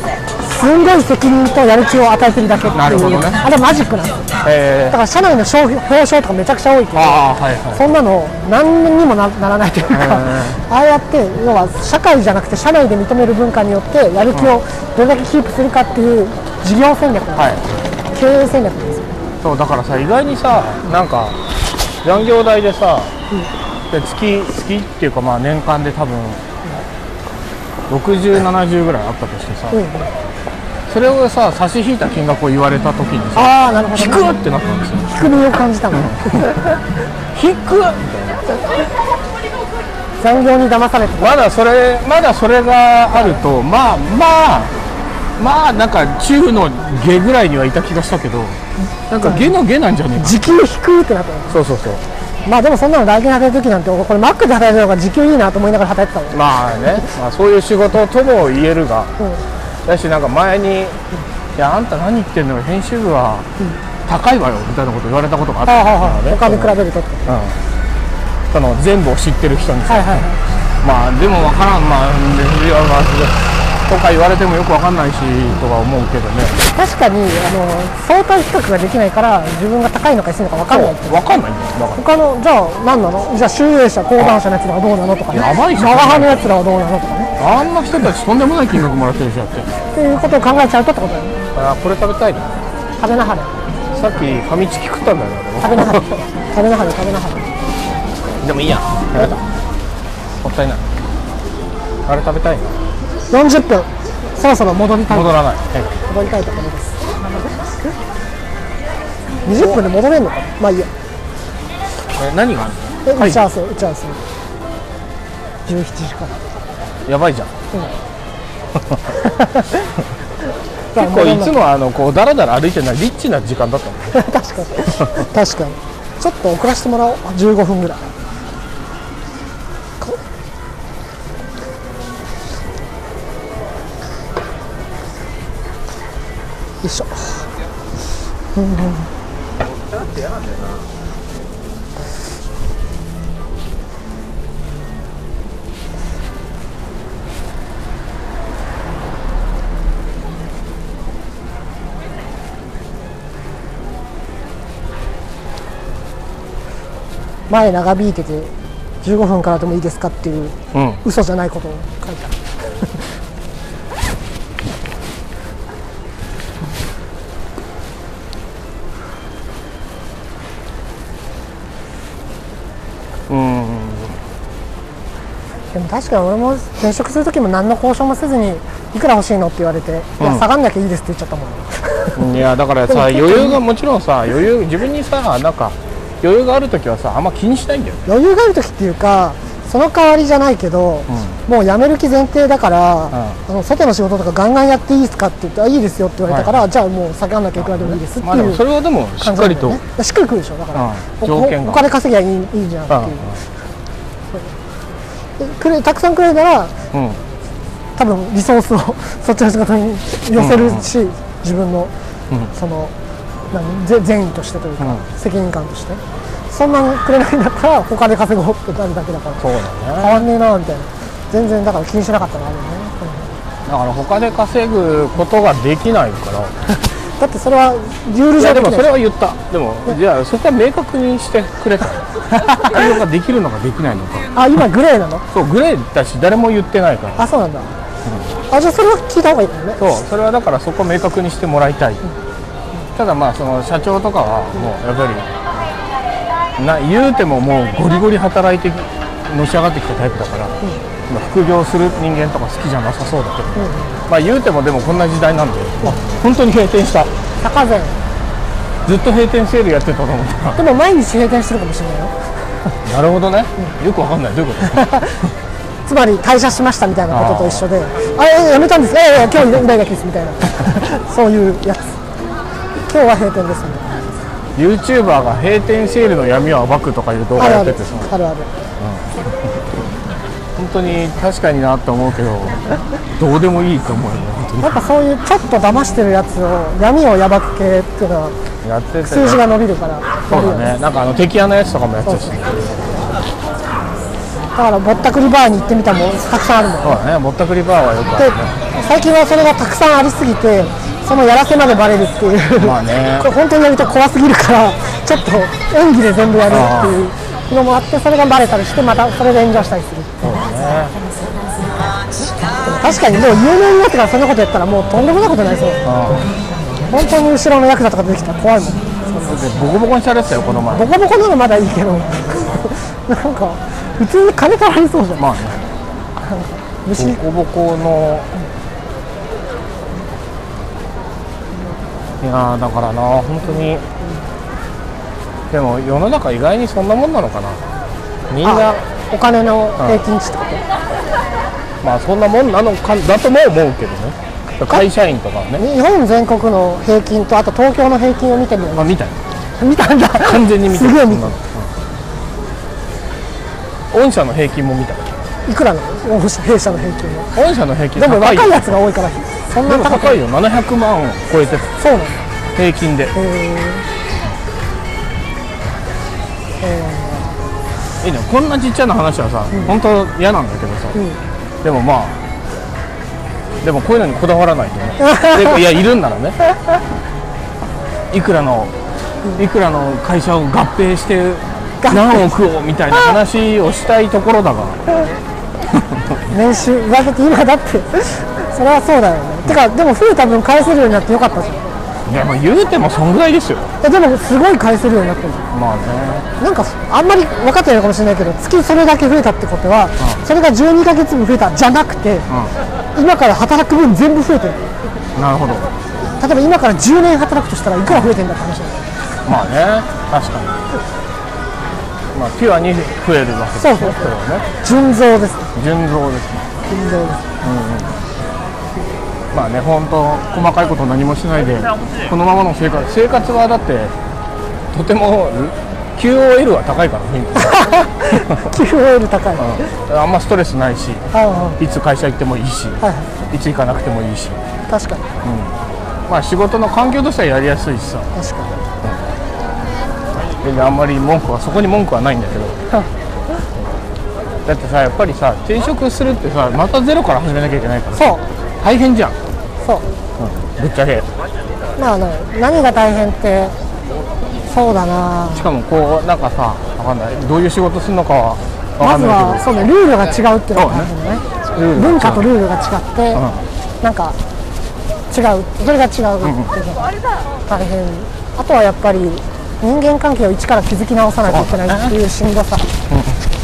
Speaker 1: すんごい責任とやる気を与えてるだけっていう
Speaker 2: なるほどね
Speaker 1: あれマジックなんですよだ
Speaker 2: えー、
Speaker 1: から社内の商標表彰とかめちゃくちゃ多いけど
Speaker 2: ああはいはい
Speaker 1: そんなの何にもなならないというか、ああやって要は社会じゃなくて社内で認める文化によってやる気をどれだけキープするかっていう事業戦略なんで
Speaker 2: はい
Speaker 1: す、経営戦略なんですよ
Speaker 2: そうだからさ意外にさなんか残業代でさ、で月月っていうかまあ年間で多分6070ぐらいあったとしてさ、
Speaker 1: ん
Speaker 2: それをさ差し引いた金額を言われた時にさ
Speaker 1: ああなるほど、
Speaker 2: 引くってなったんですよ
Speaker 1: 低みを感じたの
Speaker 2: 引く
Speaker 1: 残業に騙されて
Speaker 2: まだそれまだそれがあるとまあまあまあなんか中の下ぐらいにはいた気がしたけどなんか下の下なんじゃねえか
Speaker 1: 時給低ってなったの
Speaker 2: そうそうそう
Speaker 1: まあでもそんなの大学働いてる時なんて俺これマックで働いてるのが時給いいなと思いながら働いてたもん
Speaker 2: まあね、まあ、そういう仕事とも言えるが、だしなんか前に「いやあんた何言ってんのよ編集部は高いわよ」みたいなこと言われたことがあっ
Speaker 1: あ
Speaker 2: た
Speaker 1: あはい
Speaker 2: んだ
Speaker 1: はい
Speaker 2: よ
Speaker 1: 他に
Speaker 2: ね
Speaker 1: 比べるとって
Speaker 2: その全部を知ってる人にさ
Speaker 1: はいはいはい
Speaker 2: まあでも分からんまあうんいやまあとか言われてもよく分かんないしとは思うけどね
Speaker 1: 確かにあの相対比較ができないから自分が高いのか安いのか分かんない
Speaker 2: 分かんないんだよだか
Speaker 1: 他のじゃあ何なのじゃあ集英社講談社のやつらはどうなのとかね
Speaker 2: やばいじゃん
Speaker 1: 長派のやつらはどうなのとかね
Speaker 2: らあんな人たちとんでもない金額もらってる人だって
Speaker 1: っていうことを考えちゃうとってことだよね
Speaker 2: あこれ食べたいな
Speaker 1: 食べなはれ
Speaker 2: さっきファミチキ食ったんだよな
Speaker 1: 食べなはれ食べなはれ食べなはれ
Speaker 2: でもいいや食べたもったいないあれ食べたいな
Speaker 1: 40分そろそろ戻りたい
Speaker 2: 戻らない、
Speaker 1: 戻りたいところです20分で戻れんのかなまあいいや
Speaker 2: え何がある
Speaker 1: え打ち合わせ打ち合わせ17時から
Speaker 2: のやばいじゃん
Speaker 1: 結
Speaker 2: こういつもあのこうだらだら歩いてないリッチな時間だったの
Speaker 1: 確かに確かにちょっと遅らせてもらおう15分ぐらいこよいしょ前長引いてて15分からでもいいですかっていう、
Speaker 2: うん
Speaker 1: 嘘じゃないことを書いてあるでも確かに俺も転職する時も何の交渉もせずにいくら欲しいのって言われて、いや下がんなきゃいいですって言っちゃったもん
Speaker 2: いやだから
Speaker 1: でも
Speaker 2: さ余
Speaker 1: 結構
Speaker 2: 裕がもちろんさ余裕自分にさなんか余裕がある時はさあんま気にしないんだよね
Speaker 1: 余裕がある時っていうかその代わりじゃないけど、もう辞める気前提だから、あの外の仕事とかガンガンやっていいですかって言ってあいいですよって言われたから、じゃあもう下がんなきゃいくらでもいいですってい
Speaker 2: まあでも
Speaker 1: う
Speaker 2: それはでもしっかり
Speaker 1: 感
Speaker 2: と、
Speaker 1: じなんだよねだらしっかり来るでしょだから、
Speaker 2: うん
Speaker 1: お
Speaker 2: 条件が
Speaker 1: お金稼ぎゃいいいいじゃんっていう、
Speaker 2: うん
Speaker 1: そうでくれたくさんくれるなら
Speaker 2: うん
Speaker 1: 多分リソースをそっちの仕事に寄せるし、自分の、
Speaker 2: うん
Speaker 1: その何ぜ善意としてというか、
Speaker 2: うん
Speaker 1: 責任感としてそんなのくれないんだったら他で稼ごうってなるだけだから
Speaker 2: そうだね
Speaker 1: 変わんねえなみたいな全然だから気にしなかったのあるよね、
Speaker 2: だから他で稼ぐことができないから
Speaker 1: うんだってそれはルール
Speaker 2: い
Speaker 1: じゃ
Speaker 2: やで
Speaker 1: できな
Speaker 2: も
Speaker 1: い
Speaker 2: それは言ったでもじゃあそこは明確にしてく <laughs> れた対応ができるのかできないのか
Speaker 1: あ今グレーなの
Speaker 2: そうグレーだし誰も言ってないから
Speaker 1: あそうなんだ、あじゃあそれは聞いた方がいいかもね
Speaker 2: そうそれはだからそこを明確にしてもらいたい、ただまあその社長とかはもうやっぱりな言うてももうゴリゴリ働いてのし上がってきたタイプだから、まあ副業する人間とか好きじゃなさそうだけど、まあ言うてもでもこんな時代なんで、本当に閉店した
Speaker 1: 高膳
Speaker 2: ずっと閉店セールやってたと思ったら
Speaker 1: でも毎日閉店してるかもしれないよ
Speaker 2: なるほどね、よくわかんないどういうこと
Speaker 1: つまり退社しましたみたいなことと一緒であえやめたんですかいやいや今日いないだけですみたいなそういうやつ今日は閉店ですみたいな
Speaker 2: YouTuber が閉店セールの闇を暴くとかいう動画
Speaker 1: ある
Speaker 2: や
Speaker 1: あ
Speaker 2: って
Speaker 1: る
Speaker 2: てさ
Speaker 1: あるある
Speaker 2: 本当に確かになと思うけ
Speaker 1: <laughs>
Speaker 2: どどうでもいいと思うよ本当に
Speaker 1: なんかそういうちょっと騙してるやつを闇をやばく系っていうのは
Speaker 2: やってて
Speaker 1: 数字が伸びるから
Speaker 2: そうだね、なんかあの敵屋のやつとかもやってたし、
Speaker 1: だからぼったくりバーに行ってみたもんたくさんあるもん
Speaker 2: そうだね、ぼったくりバーはよくあ
Speaker 1: で
Speaker 2: るね。
Speaker 1: 最近はそれがたくさんありすぎてそのやらせまでバレるっていう、
Speaker 2: まあね
Speaker 1: これ本当にやると怖すぎるからちょっと演技で全部やるっていうのもあってそれがバレたりしてまたそれで炎上したりする
Speaker 2: そうだね。
Speaker 1: 確かにもう有名になってからそんなことやったらもうとんでもないことになりそう本当に後ろのヤクザとか出てきたら怖いもん
Speaker 2: でボコボコにされてたよ、この前。
Speaker 1: ボコボコならまだいいけど <laughs> なんか普通に金取られそうじゃん
Speaker 2: まあね、
Speaker 1: 虫
Speaker 2: ボコボコの。いやー、だからな、本当に。でも、世の中意外にそんなもんなのかな。みんな、
Speaker 1: お金の平均値ってこと
Speaker 2: まあ、そんなもんなのか、だとも思うけどね。会社員とかはね。
Speaker 1: 日本全国の平均とあと東京の平均を見てみよ
Speaker 2: まあ、見たよ。
Speaker 1: う見たんだ
Speaker 2: 完全に見た。
Speaker 1: すごい見
Speaker 2: そん
Speaker 1: た
Speaker 2: なのうん御社の平均も見た。
Speaker 1: いくらなの弊社の平均は
Speaker 2: 御社の平均
Speaker 1: でも
Speaker 2: 高い
Speaker 1: 若
Speaker 2: よ
Speaker 1: いやつが多いからそん
Speaker 2: で
Speaker 1: な
Speaker 2: も
Speaker 1: 高く
Speaker 2: 高いよ700万を超えてる
Speaker 1: そうなの
Speaker 2: 平均でいいねこんなちっちゃな話はさ、本当嫌なんだけどさ、でもまあでもこういうのにこだわらないとね <laughs> でいやいるんならねいくらのいくらの会社を合併して何億をみたいな話をしたいところだが
Speaker 1: 年収だって今だって <laughs> それはそうだよねてかでも増えた分返せるようになってよかったじゃん
Speaker 2: いやまあ言うてもそんぐらいですよ
Speaker 1: えでもすごい返せるようになってるじゃ
Speaker 2: まあね
Speaker 1: んなんかあんまり分かってないのかもしれないけど月それだけ増えたってことは、それが12ヶ月分増えたじゃなくて、今から働く分全部増えてる
Speaker 2: なるほど
Speaker 1: 例えば今から10年働くとしたらいくら増えてんだって話だよ
Speaker 2: まあね確かにまあピュアに増えるわけです
Speaker 1: そ
Speaker 2: ね
Speaker 1: うそう
Speaker 2: れはね
Speaker 1: 純増です
Speaker 2: 純増ですね
Speaker 1: 純増です
Speaker 2: まあね本当細かいこと何もしないでこのままの生活生活はだってとても QOL は高いからみんな
Speaker 1: QOL 高い、あ
Speaker 2: あんまストレ <laughs> スないし
Speaker 1: あ
Speaker 2: いつ会社行ってもいいし、、
Speaker 1: はいはい
Speaker 2: つ行かなくてもいいし
Speaker 1: 確かに
Speaker 2: まあ仕事の環境としてはやりやすいしさ
Speaker 1: 確かに
Speaker 2: であんまり文句はそこに文句はないんだけど <laughs> だってさやっぱりさ転職するってさまたゼロから始めなきゃいけないから
Speaker 1: そう
Speaker 2: 大変じゃん
Speaker 1: そう
Speaker 2: ぶっちゃけ
Speaker 1: まあね、何が大変ってそうだな
Speaker 2: しかもこうなんかさわかんないどういう仕事するのかはわ
Speaker 1: ま
Speaker 2: かん
Speaker 1: ず
Speaker 2: ない
Speaker 1: は
Speaker 2: け
Speaker 1: そうねルールが違うっていうのが大変ね
Speaker 2: どルールが違う
Speaker 1: 文化とルールが違って、なんか違うそれが違うっていうのが大変あとはやっぱり人間関係を一から築き直さないといけないっていうしんどさ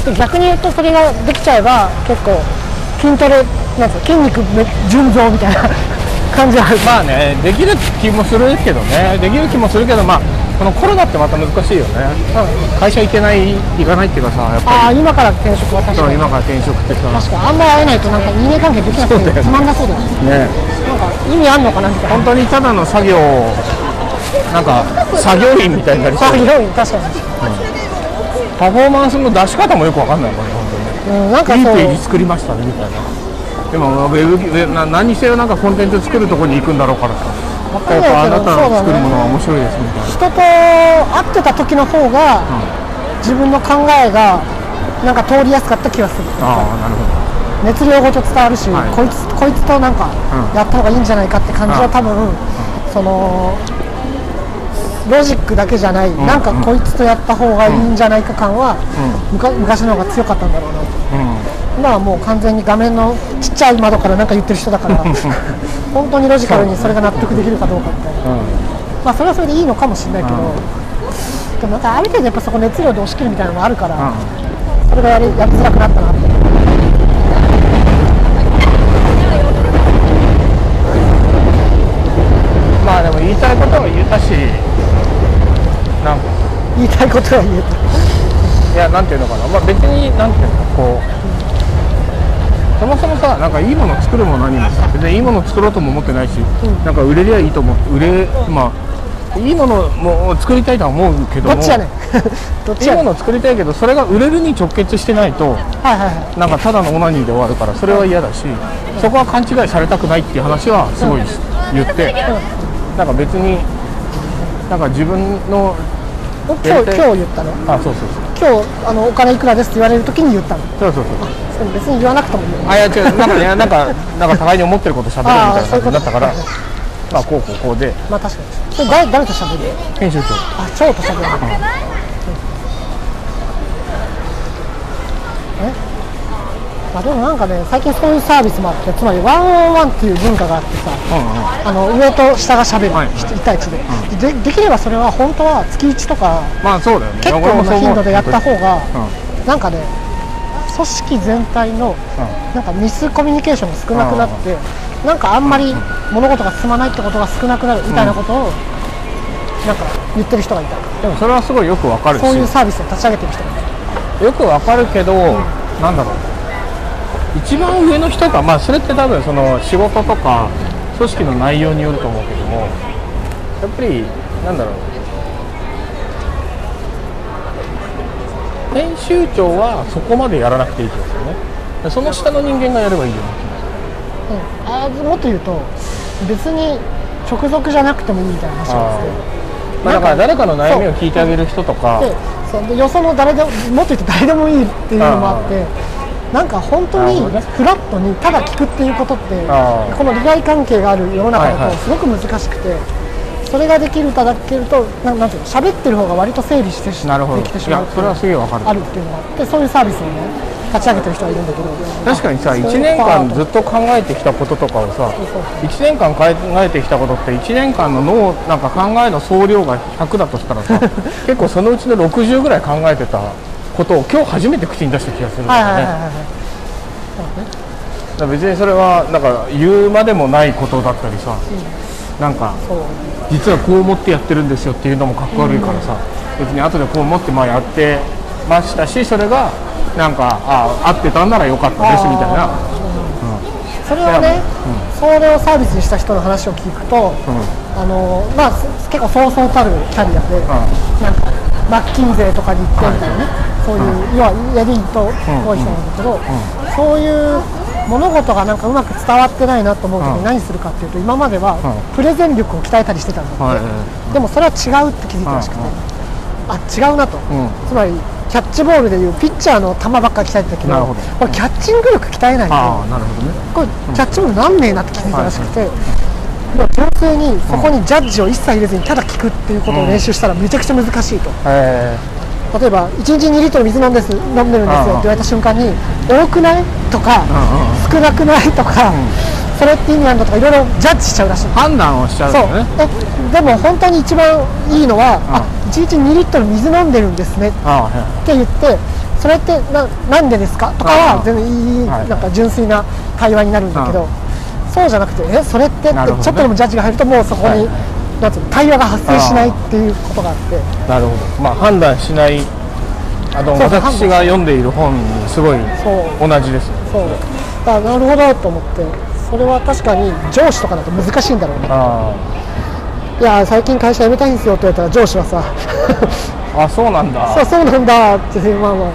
Speaker 1: で逆に言うとそれができちゃえば結構筋トレなんていうの筋肉め純増みたいな <laughs> 感じはある
Speaker 2: まあね、できる気もするけどね、できる気もするけど、まあ、このコロナってまた難しいよね、会社行けない、行かないっていうかさ、やっぱ
Speaker 1: ああ今から転職は確
Speaker 2: り
Speaker 1: かに
Speaker 2: 今から転職ってさ、
Speaker 1: 確かにあんまり会えないとなんか人間関係できなく
Speaker 2: そうだよ
Speaker 1: て
Speaker 2: ね
Speaker 1: つまんなそうだよね
Speaker 2: ね、
Speaker 1: なんか意味あんのかなみたいな。
Speaker 2: 本当にただの作業を、なんか作業員みたいになりそう
Speaker 1: あ、、広い、確か
Speaker 2: パフォーマンスの出し方もよくわかんないもんね、本
Speaker 1: に。うん、なん
Speaker 2: 当
Speaker 1: か
Speaker 2: に、いい
Speaker 1: そう
Speaker 2: ページ作りましたねみたいな、でもウェブウェブな何にせよなんかコンテンツ作るとこに行くんだろうからさやっぱ
Speaker 1: かんないけど
Speaker 2: あなた
Speaker 1: そうだね
Speaker 2: の作るものは面白いですみたいな
Speaker 1: 人と会ってた時の方が、自分の考えがなんか通りやすかった気がする
Speaker 2: ああなるほど
Speaker 1: 熱量ごと伝わるし、
Speaker 2: はい
Speaker 1: こいつこいつとなんか
Speaker 2: うん
Speaker 1: やった方がいいんじゃないかって感じは多分、そのロジックだけじゃない、なんかこいつとやった方がいいんじゃないか感は、むか昔の方が強かったんだろうなと今はもう完全に画面のちっちゃい窓から何か言ってる人だから <laughs> 本当にロジカルにそれが納得できるかどうかみたいな、まあそれはそれでいいのかもしれないけど、でもなんかある程度やっぱそこ熱量で押し切るみたいなのもあるから、それがやりやりづらくなったなって。
Speaker 2: まあでも言いたいことは言えたしなんか
Speaker 1: 言いたいことは言えた
Speaker 2: いやなんていうのかなまあ別になんていうのこうそもそもさなんかいいもの作るも何もさ別にいいもの作ろうとも思ってないし、なんか売れりゃいいと思って売れまあいいものも作りたいとは思うけど
Speaker 1: ど
Speaker 2: も
Speaker 1: っち
Speaker 2: <laughs>
Speaker 1: やねんどっ
Speaker 2: い
Speaker 1: ち
Speaker 2: い
Speaker 1: やね
Speaker 2: も
Speaker 1: ん
Speaker 2: の作りたいけどそれが売れるに直結してないと
Speaker 1: はいはいは
Speaker 2: なんかただのオナニーで終わるからそれは嫌だしそこは勘違いされたくないっていう話はすごい言ってなんか別になんか自分の
Speaker 1: い
Speaker 2: や
Speaker 1: 今
Speaker 2: りた
Speaker 1: 日
Speaker 2: い
Speaker 1: 今日言ったの
Speaker 2: あそうそうそう
Speaker 1: 今日あのお金いくらですって言われるときに言ったの
Speaker 2: そうそうそう
Speaker 1: それ別に言わなくてもいいよ
Speaker 2: あいや違うなんかねなんかなんか互いに思ってること喋るみたいな感じだったから
Speaker 1: あーそういう
Speaker 2: まあこうこうこうで
Speaker 1: まあ確かにそれ誰誰と喋る
Speaker 2: 編集長
Speaker 1: あ超と喋るえまあでもなんかね最近そういうサービスもあってつまりワンオンワンっていう文化があってさ
Speaker 2: うんうんま
Speaker 1: あの上と下が喋る、
Speaker 2: はいはい
Speaker 1: 1対1で,で、できればそれは本当は月1とか
Speaker 2: あそうだよね
Speaker 1: 結構
Speaker 2: 俺も
Speaker 1: な
Speaker 2: そう思う
Speaker 1: 頻度でやった方が、
Speaker 2: う
Speaker 1: なんかね組織全体の
Speaker 2: う
Speaker 1: なんかミスコミュニケーションが少なくなって、なんかあんまり物事が進まないってことが少なくなるみたいなことを、なんか言ってる人がいた
Speaker 2: でもそれはすごいよくわかるし
Speaker 1: そういうサービスを立ち上げてる人がいた
Speaker 2: よくわかるけど、なんだろう一番上の人がまあそれって多分その仕事とか組織の内容によると思うけどもやっぱりなんだろう編集長はそこまでやらなくていいってことですよねその下の人間がやればいいよね
Speaker 1: うん、あーもっと言うと別に直属じゃなくてもいいみたいな話なんですけど
Speaker 2: まあ、だから誰かの悩みを聞いてあげる人とか
Speaker 1: でそのよその誰でももっと言うと誰でもいいっていうのもあってなんか本当に
Speaker 2: なるほどね
Speaker 1: フラットにただ聞くっていうことって
Speaker 2: あー
Speaker 1: この利害関係がある世の中
Speaker 2: はい
Speaker 1: だ
Speaker 2: は
Speaker 1: と
Speaker 2: い
Speaker 1: すごく難しくてそれができるただけるとななんていうの喋ってる方が割と整理してし
Speaker 2: なるほど
Speaker 1: できてしまう
Speaker 2: いやそれはすげえわかる
Speaker 1: あるっていうのがあってそういうサービスをね立ち上げてる人はいるんだけど
Speaker 2: 確かにさ
Speaker 1: そう
Speaker 2: 1
Speaker 1: か
Speaker 2: 年間ずっと考えてきたこととかをさ
Speaker 1: そう
Speaker 2: 1年間考えてきたことって1年間の脳なんか考えの総量が100だとしたら
Speaker 1: <laughs>
Speaker 2: さ結構そのうちの60ぐらい考えてたことを今日初めて口に出した気がするんだ
Speaker 1: はいはい
Speaker 2: よ
Speaker 1: はい
Speaker 2: ね、
Speaker 1: はいはい
Speaker 2: だから別にそれはなんか言うまでもないことだったりさ、なんか
Speaker 1: そう
Speaker 2: 実はこう思ってやってるんですよっていうのもかっこ悪いからさ、別に後でこう思ってまあやってましたしそれがなんかあ合ってたんならよかったですみたいな。
Speaker 1: それをね、それをサービスにした人の話を聞くと、あのまあ、す結構そうそうたるキャリアで、なんかマッキンゼーとかに行ってみたいなね、そういう、要はエリートっぽい人なんだけど、そういう物事がなんかうまく伝わってないなと思うときに何するかっていうと、今まではプレゼン力を鍛えたりしてたんだって、
Speaker 2: はい
Speaker 1: でもそれは違うって気づいたらしくて、あ違うなと、
Speaker 2: ん
Speaker 1: つまりキャッチボールでいうピッチャーの球ばっかり鍛えてたけ
Speaker 2: なる
Speaker 1: ど
Speaker 2: ほど
Speaker 1: これキャッチング力鍛えないと。
Speaker 2: ああなるほどね
Speaker 1: これキャッチボール何名なって気づいたらしくて、まあ純粋にそこにジャッジを一切入れずにただ聞くっていうことを練習したらめちゃくちゃ難しいと、
Speaker 2: え
Speaker 1: 例えば1日2リットル水飲んです飲んでるんですよって言われた瞬間に多くないとか、少なくないとか、それって意味なんだとかいろいろジャッジしちゃうらしい
Speaker 2: ー、判断をしちゃう
Speaker 1: そ
Speaker 2: よ
Speaker 1: う
Speaker 2: ね
Speaker 1: えでも本当に一番いいのは、あ1日2リットル水飲んでるんですね
Speaker 2: ああはい
Speaker 1: って言ってそれってななんでですかとか
Speaker 2: あ
Speaker 1: は
Speaker 2: あ
Speaker 1: 全然いい
Speaker 2: はい
Speaker 1: なんか純粋な会話になるんだけどそうじゃなくてえそれってってち
Speaker 2: なる
Speaker 1: ょ
Speaker 2: ほどね
Speaker 1: っとでもジャッジが入るともうそこ
Speaker 2: はい
Speaker 1: に
Speaker 2: は
Speaker 1: なんつうの対話が発生しないっていうことがあって
Speaker 2: なるほどまあ判断しないあの
Speaker 1: そう
Speaker 2: 私が読んでいる本にすごい
Speaker 1: そ
Speaker 2: 同じですね
Speaker 1: そうだからなるほどと思ってそれは確かに上司とかだと難しいんだろうね
Speaker 2: あ
Speaker 1: いやー最近会社辞めたいんですよって言われたら上司は
Speaker 2: <laughs>
Speaker 1: さ
Speaker 2: ああそうなんだ
Speaker 1: そうそうなんだってまあまあ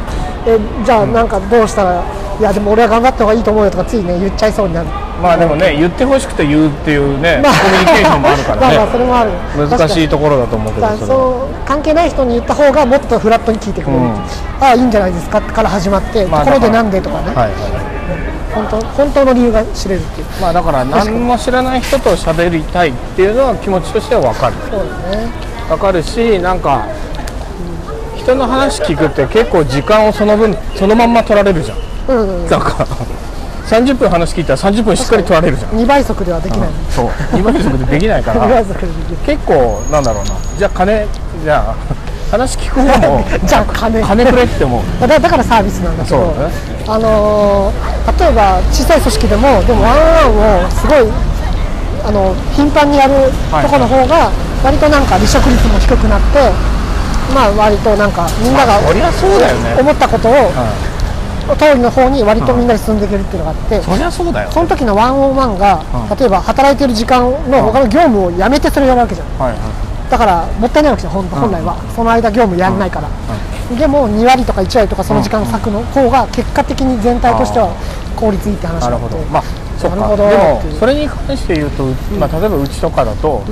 Speaker 1: えじゃあなんかどうしたらいやでも俺は頑張った方がいいと思うよとかついね言っちゃいそうになる
Speaker 2: まあでもね言ってほしくて言うっていうね、
Speaker 1: まあ
Speaker 2: コミュニケーションもあるか
Speaker 1: まあまあ
Speaker 2: ら
Speaker 1: そ
Speaker 2: ね
Speaker 1: れもある
Speaker 2: 難しいところだと思うけ
Speaker 1: だか
Speaker 2: ど
Speaker 1: ら
Speaker 2: それは
Speaker 1: そう関係ない人に言った方がもっとフラットに聞いてくれる、
Speaker 2: うん
Speaker 1: ああいいんじゃないですかから始まって、
Speaker 2: まあ
Speaker 1: ところでなんでとかね、
Speaker 2: はいは
Speaker 1: 本当本当の理由が知れるっていう
Speaker 2: いまあだから何も知らない人と喋りたいっていうのは気持ちとしては分かる
Speaker 1: そうだね
Speaker 2: わかるしなんか人の話聞くって結構時間をその分そのまんま取られるじゃん
Speaker 1: うん、うん、
Speaker 2: なんか30分話聞いたら30分しっかり取られるじゃん
Speaker 1: 2倍速ではできない、
Speaker 2: そう2倍速でできないか
Speaker 1: 2倍
Speaker 2: ら
Speaker 1: 速でできる
Speaker 2: 結構なんだろうなじゃあ金じゃあ話聞く
Speaker 1: <laughs>
Speaker 2: 方も
Speaker 1: じゃあ金
Speaker 2: 金くれって思う
Speaker 1: だだからサービスなんだけど、
Speaker 2: そうだね
Speaker 1: あのー例えば小さい組織でもでもワンオンワンをすごいあの頻繁にやるとこの方が割となんか離職率も低くなってまあ割となんかみんなが
Speaker 2: まあそりゃそうだよね
Speaker 1: 思ったことを通りの方に割とみんなで進んでいけるっていうのがあって、
Speaker 2: そりゃそうだよ
Speaker 1: その時のワンオンワンが、
Speaker 2: うん
Speaker 1: 例えば働いてる時間の他の業務をやめてそれをやるわけじゃん
Speaker 2: はいは
Speaker 1: だからもったいないわけじゃん本本来は、その間業務やんないから、でも2割とか1割とかその時間を割くの方が結果的に全体としては効率いいって話
Speaker 2: いなる
Speaker 1: な
Speaker 2: ほ
Speaker 1: ので
Speaker 2: どまあそっ
Speaker 1: なるほ
Speaker 2: か
Speaker 1: どっ
Speaker 2: で
Speaker 1: ていう
Speaker 2: もそれに関して言うと、まあ、例えばうちとかだと、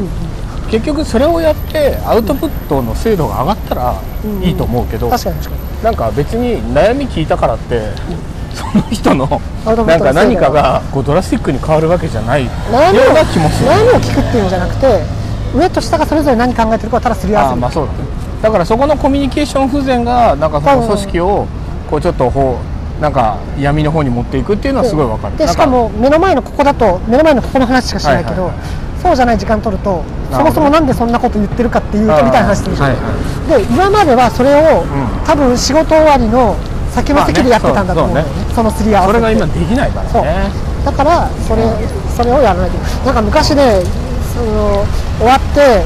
Speaker 2: 結局それをやってアウトプットの精度が上がったらいいと思うけど、
Speaker 1: 確かに確かに
Speaker 2: なんか別に悩み聞いたからってその人の
Speaker 1: アウトプットの
Speaker 2: なん
Speaker 1: 精度が
Speaker 2: か何かがこうドラスティックに変わるわけじゃないよう
Speaker 1: 悩みを
Speaker 2: な気もする
Speaker 1: 悩みを聞くっていうのじゃなくて上と下がそれぞれ何考えてるかをただすり合わ
Speaker 2: あ
Speaker 1: せ
Speaker 2: ー
Speaker 1: る、
Speaker 2: まあそうだねだからそこのコミュニケーション不全がなんかその組織をこうちょっとほうなんか闇の方に持っていくっていうのはすごいわかる
Speaker 1: で
Speaker 2: なん
Speaker 1: しかも目の前のここだと目の前のここの話しかしないけど、
Speaker 2: はいはい
Speaker 1: そうじゃない時間取ると
Speaker 2: な
Speaker 1: そ
Speaker 2: るほど
Speaker 1: もそもなんでそんなこと言ってるかっていうとみたいな話するじゃん、
Speaker 2: はいは
Speaker 1: で今まではそれを、
Speaker 2: ん
Speaker 1: 多分仕事終わりの先の席でやってたんだと思う,、
Speaker 2: まあ
Speaker 1: ね
Speaker 2: ね
Speaker 1: そのすり合わ
Speaker 2: そ
Speaker 1: せ
Speaker 2: れ
Speaker 1: って
Speaker 2: が今できないから
Speaker 1: そう
Speaker 2: ね
Speaker 1: だからそれそれをやらないとなんか昔ねその終わって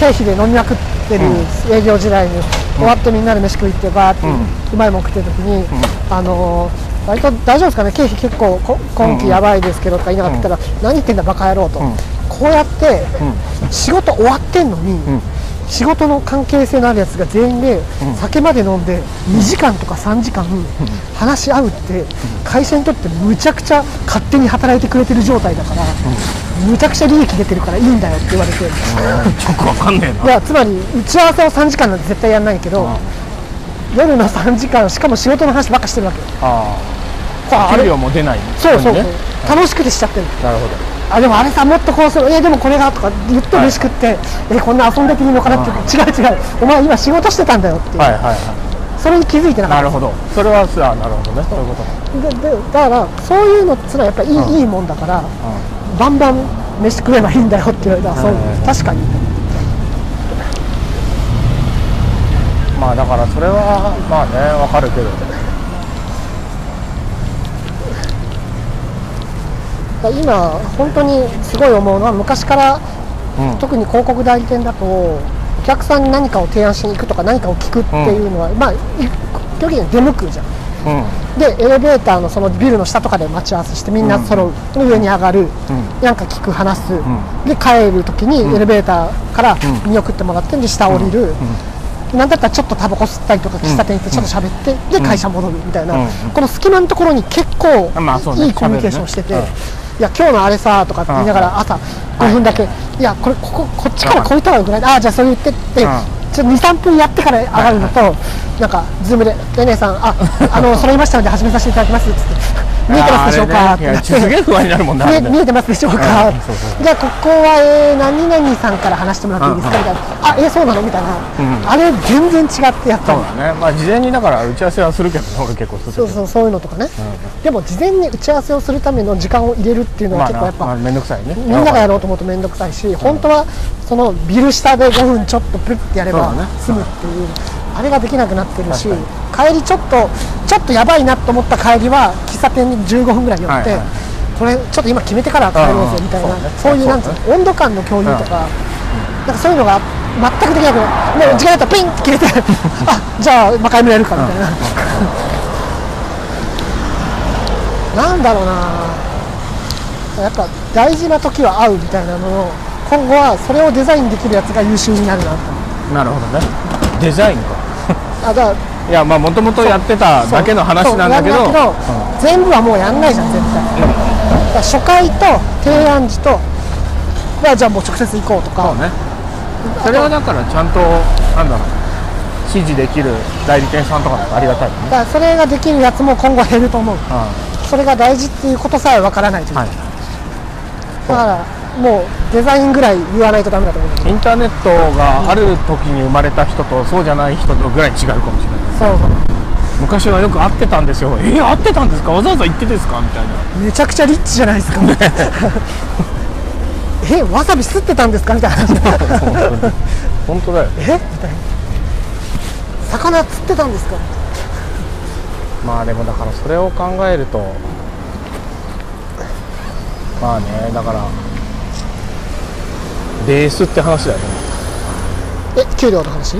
Speaker 1: 経費で飲みまくってる営業時代に、終わってみんなで飯食い行ってバーって、うまいもん食ってる時に、あのー割と大丈夫ですかね経費結構こ今期やばいですけどとか言いながら言ったら、何言ってんだバカ野郎と、こうやって、仕事終わってんのに、仕事の関係性のあるやつが全員で酒まで飲んで2時間とか3時間話し合うって会社にとってむちゃくちゃ勝手に働いてくれてる状態だからむちゃくちゃ利益出てるからいいんだよって言われてい
Speaker 2: ちょっとわかんねえな
Speaker 1: やつまり打ち合わせを3時間なんて絶対やんないけど夜の3時間しかも仕事の話ばっかしてるわけよ
Speaker 2: あ
Speaker 1: こう
Speaker 2: あ
Speaker 1: あ
Speaker 2: 給
Speaker 1: れ
Speaker 2: 料も出ない
Speaker 1: そうそう
Speaker 2: の
Speaker 1: そ
Speaker 2: に
Speaker 1: う
Speaker 2: ね
Speaker 1: 楽しくてしちゃってる
Speaker 2: なるほど
Speaker 1: あでもあれさもっとこうするいやでもこれがとか言って嬉しくって、えこんな遊んでていいのかなって違う違うお前今仕事してたんだよっていう、
Speaker 2: はいはいは
Speaker 1: それに気づいてないか
Speaker 2: な
Speaker 1: っ
Speaker 2: るほどそれはさなるほどねそういうことか
Speaker 1: たででだからそういうのっつうのはやっぱいい,、いいもんだから、バンバン飯食えばいいんだよって言われたら、そう確かに
Speaker 2: まあだからそれはまあねわかるけど
Speaker 1: だから今本当にすごい思うのは昔から、
Speaker 2: うん
Speaker 1: 特に広告代理店だとお客さんに何かを提案しに行くとか何かを聞くっていうのは、まあい基本的には出向くじゃん
Speaker 2: うん
Speaker 1: でエレベーターのそのビルの下とかで待ち合わせしてみんな揃う、上に上がる、なんか聞く話す、で帰る時にエレベーターから見送ってもらってで下降りる、なんだったらちょっとタバコ吸ったりとか喫茶店行ってちょっと喋って、で会社戻るみたいな、
Speaker 2: うん
Speaker 1: この隙間のところに結構
Speaker 2: まあそうね
Speaker 1: いいコミュニケーションしてて、
Speaker 2: 喋るね
Speaker 1: いや今日のあれさとかって言いながら朝5分だけ、い、やこれこここっちからこういった方がよくないああじゃあそれ言ってって、
Speaker 2: うん
Speaker 1: ちょっと23分やってから上がるのと、なんかズームで「えねえさんああ
Speaker 2: <laughs>
Speaker 1: のそれ言いましたので始めさせていただきます」っつって「見えてますでしょうか?」
Speaker 2: あ
Speaker 1: っ
Speaker 2: ー
Speaker 1: て
Speaker 2: あれ
Speaker 1: な
Speaker 2: ね
Speaker 1: っ
Speaker 2: いやすげ
Speaker 1: て。
Speaker 2: え不安になるもんなあ
Speaker 1: 見
Speaker 2: れ
Speaker 1: え
Speaker 2: ね
Speaker 1: 見えてますでしょうか、
Speaker 2: うんそうそ
Speaker 1: じゃあここは、えー何々さんから話してもらっていいですか、
Speaker 2: うん
Speaker 1: みたいなあえーそうなのみたいな、あれ全然違ってやった
Speaker 2: そう
Speaker 1: の
Speaker 2: だねまあ事前にだから打ち合わせはするけどね俺結構するけ
Speaker 1: そ
Speaker 2: ど
Speaker 1: うそうそういうのとかね、でも事前に打ち合わせをするための時間を入れるっていうのは
Speaker 2: まあ
Speaker 1: 結構や
Speaker 2: な
Speaker 1: っぱ、
Speaker 2: まあ面倒くさいね
Speaker 1: みんながやろうと思うと面倒くさいし、本当はそのビル下で5分ちょっとプッてやれば
Speaker 2: そうだね
Speaker 1: 済むっていう、あれができなくなってるし、帰りちょっと、ちょっとやばいなと思った帰りは、喫茶店に15分ぐらい寄って、
Speaker 2: はいはい
Speaker 1: これ、ちょっと今決めてから帰ろうぜみたいな、
Speaker 2: うんうん
Speaker 1: そういう
Speaker 2: そう
Speaker 1: な
Speaker 2: だ
Speaker 1: ん
Speaker 2: ね
Speaker 1: つうの、温度感の共有とか、なんかそういうのが全くできなくなる、もう時間だったらピンって切
Speaker 2: <laughs>
Speaker 1: れて、あじゃあ、魔界村やるかみたいな。なんだろうなやっぱ大事な時は会うみたいなのを今後はそれをデザインできるやつが優秀になるなと
Speaker 2: なるほどねデザインか
Speaker 1: あだから
Speaker 2: いやまあもともとやってただけの話なんだけど
Speaker 1: そうなんだけど全部はもうやんないじゃん絶対、だから初回と提案時とまあじゃあもう直接行こうとか
Speaker 2: そうねそれはだからちゃんとなんだろう指示できる代理店さんとかだとありがたいよね
Speaker 1: だからそれができるやつも今後減ると思うそれが大事っていうことさえわからないというか、
Speaker 2: はい
Speaker 1: だからもうデザインぐらい言わないとダメだと思う
Speaker 2: インターネットがある時に生まれた人とそうじゃない人とぐらい違うかもしれない
Speaker 1: そうそう
Speaker 2: 昔はよく会ってたんですよえー、会ってたんですかわざわざ行ってですかみたいな
Speaker 1: めちゃくちゃリッチじゃないですか <laughs> えわさび吸ってたんですかみたいな話
Speaker 2: <laughs> 本当だよ
Speaker 1: えみたいな魚釣ってたんですか
Speaker 2: まあでもだからそれを考えるとまあねだからベースって話だよね
Speaker 1: え給料の話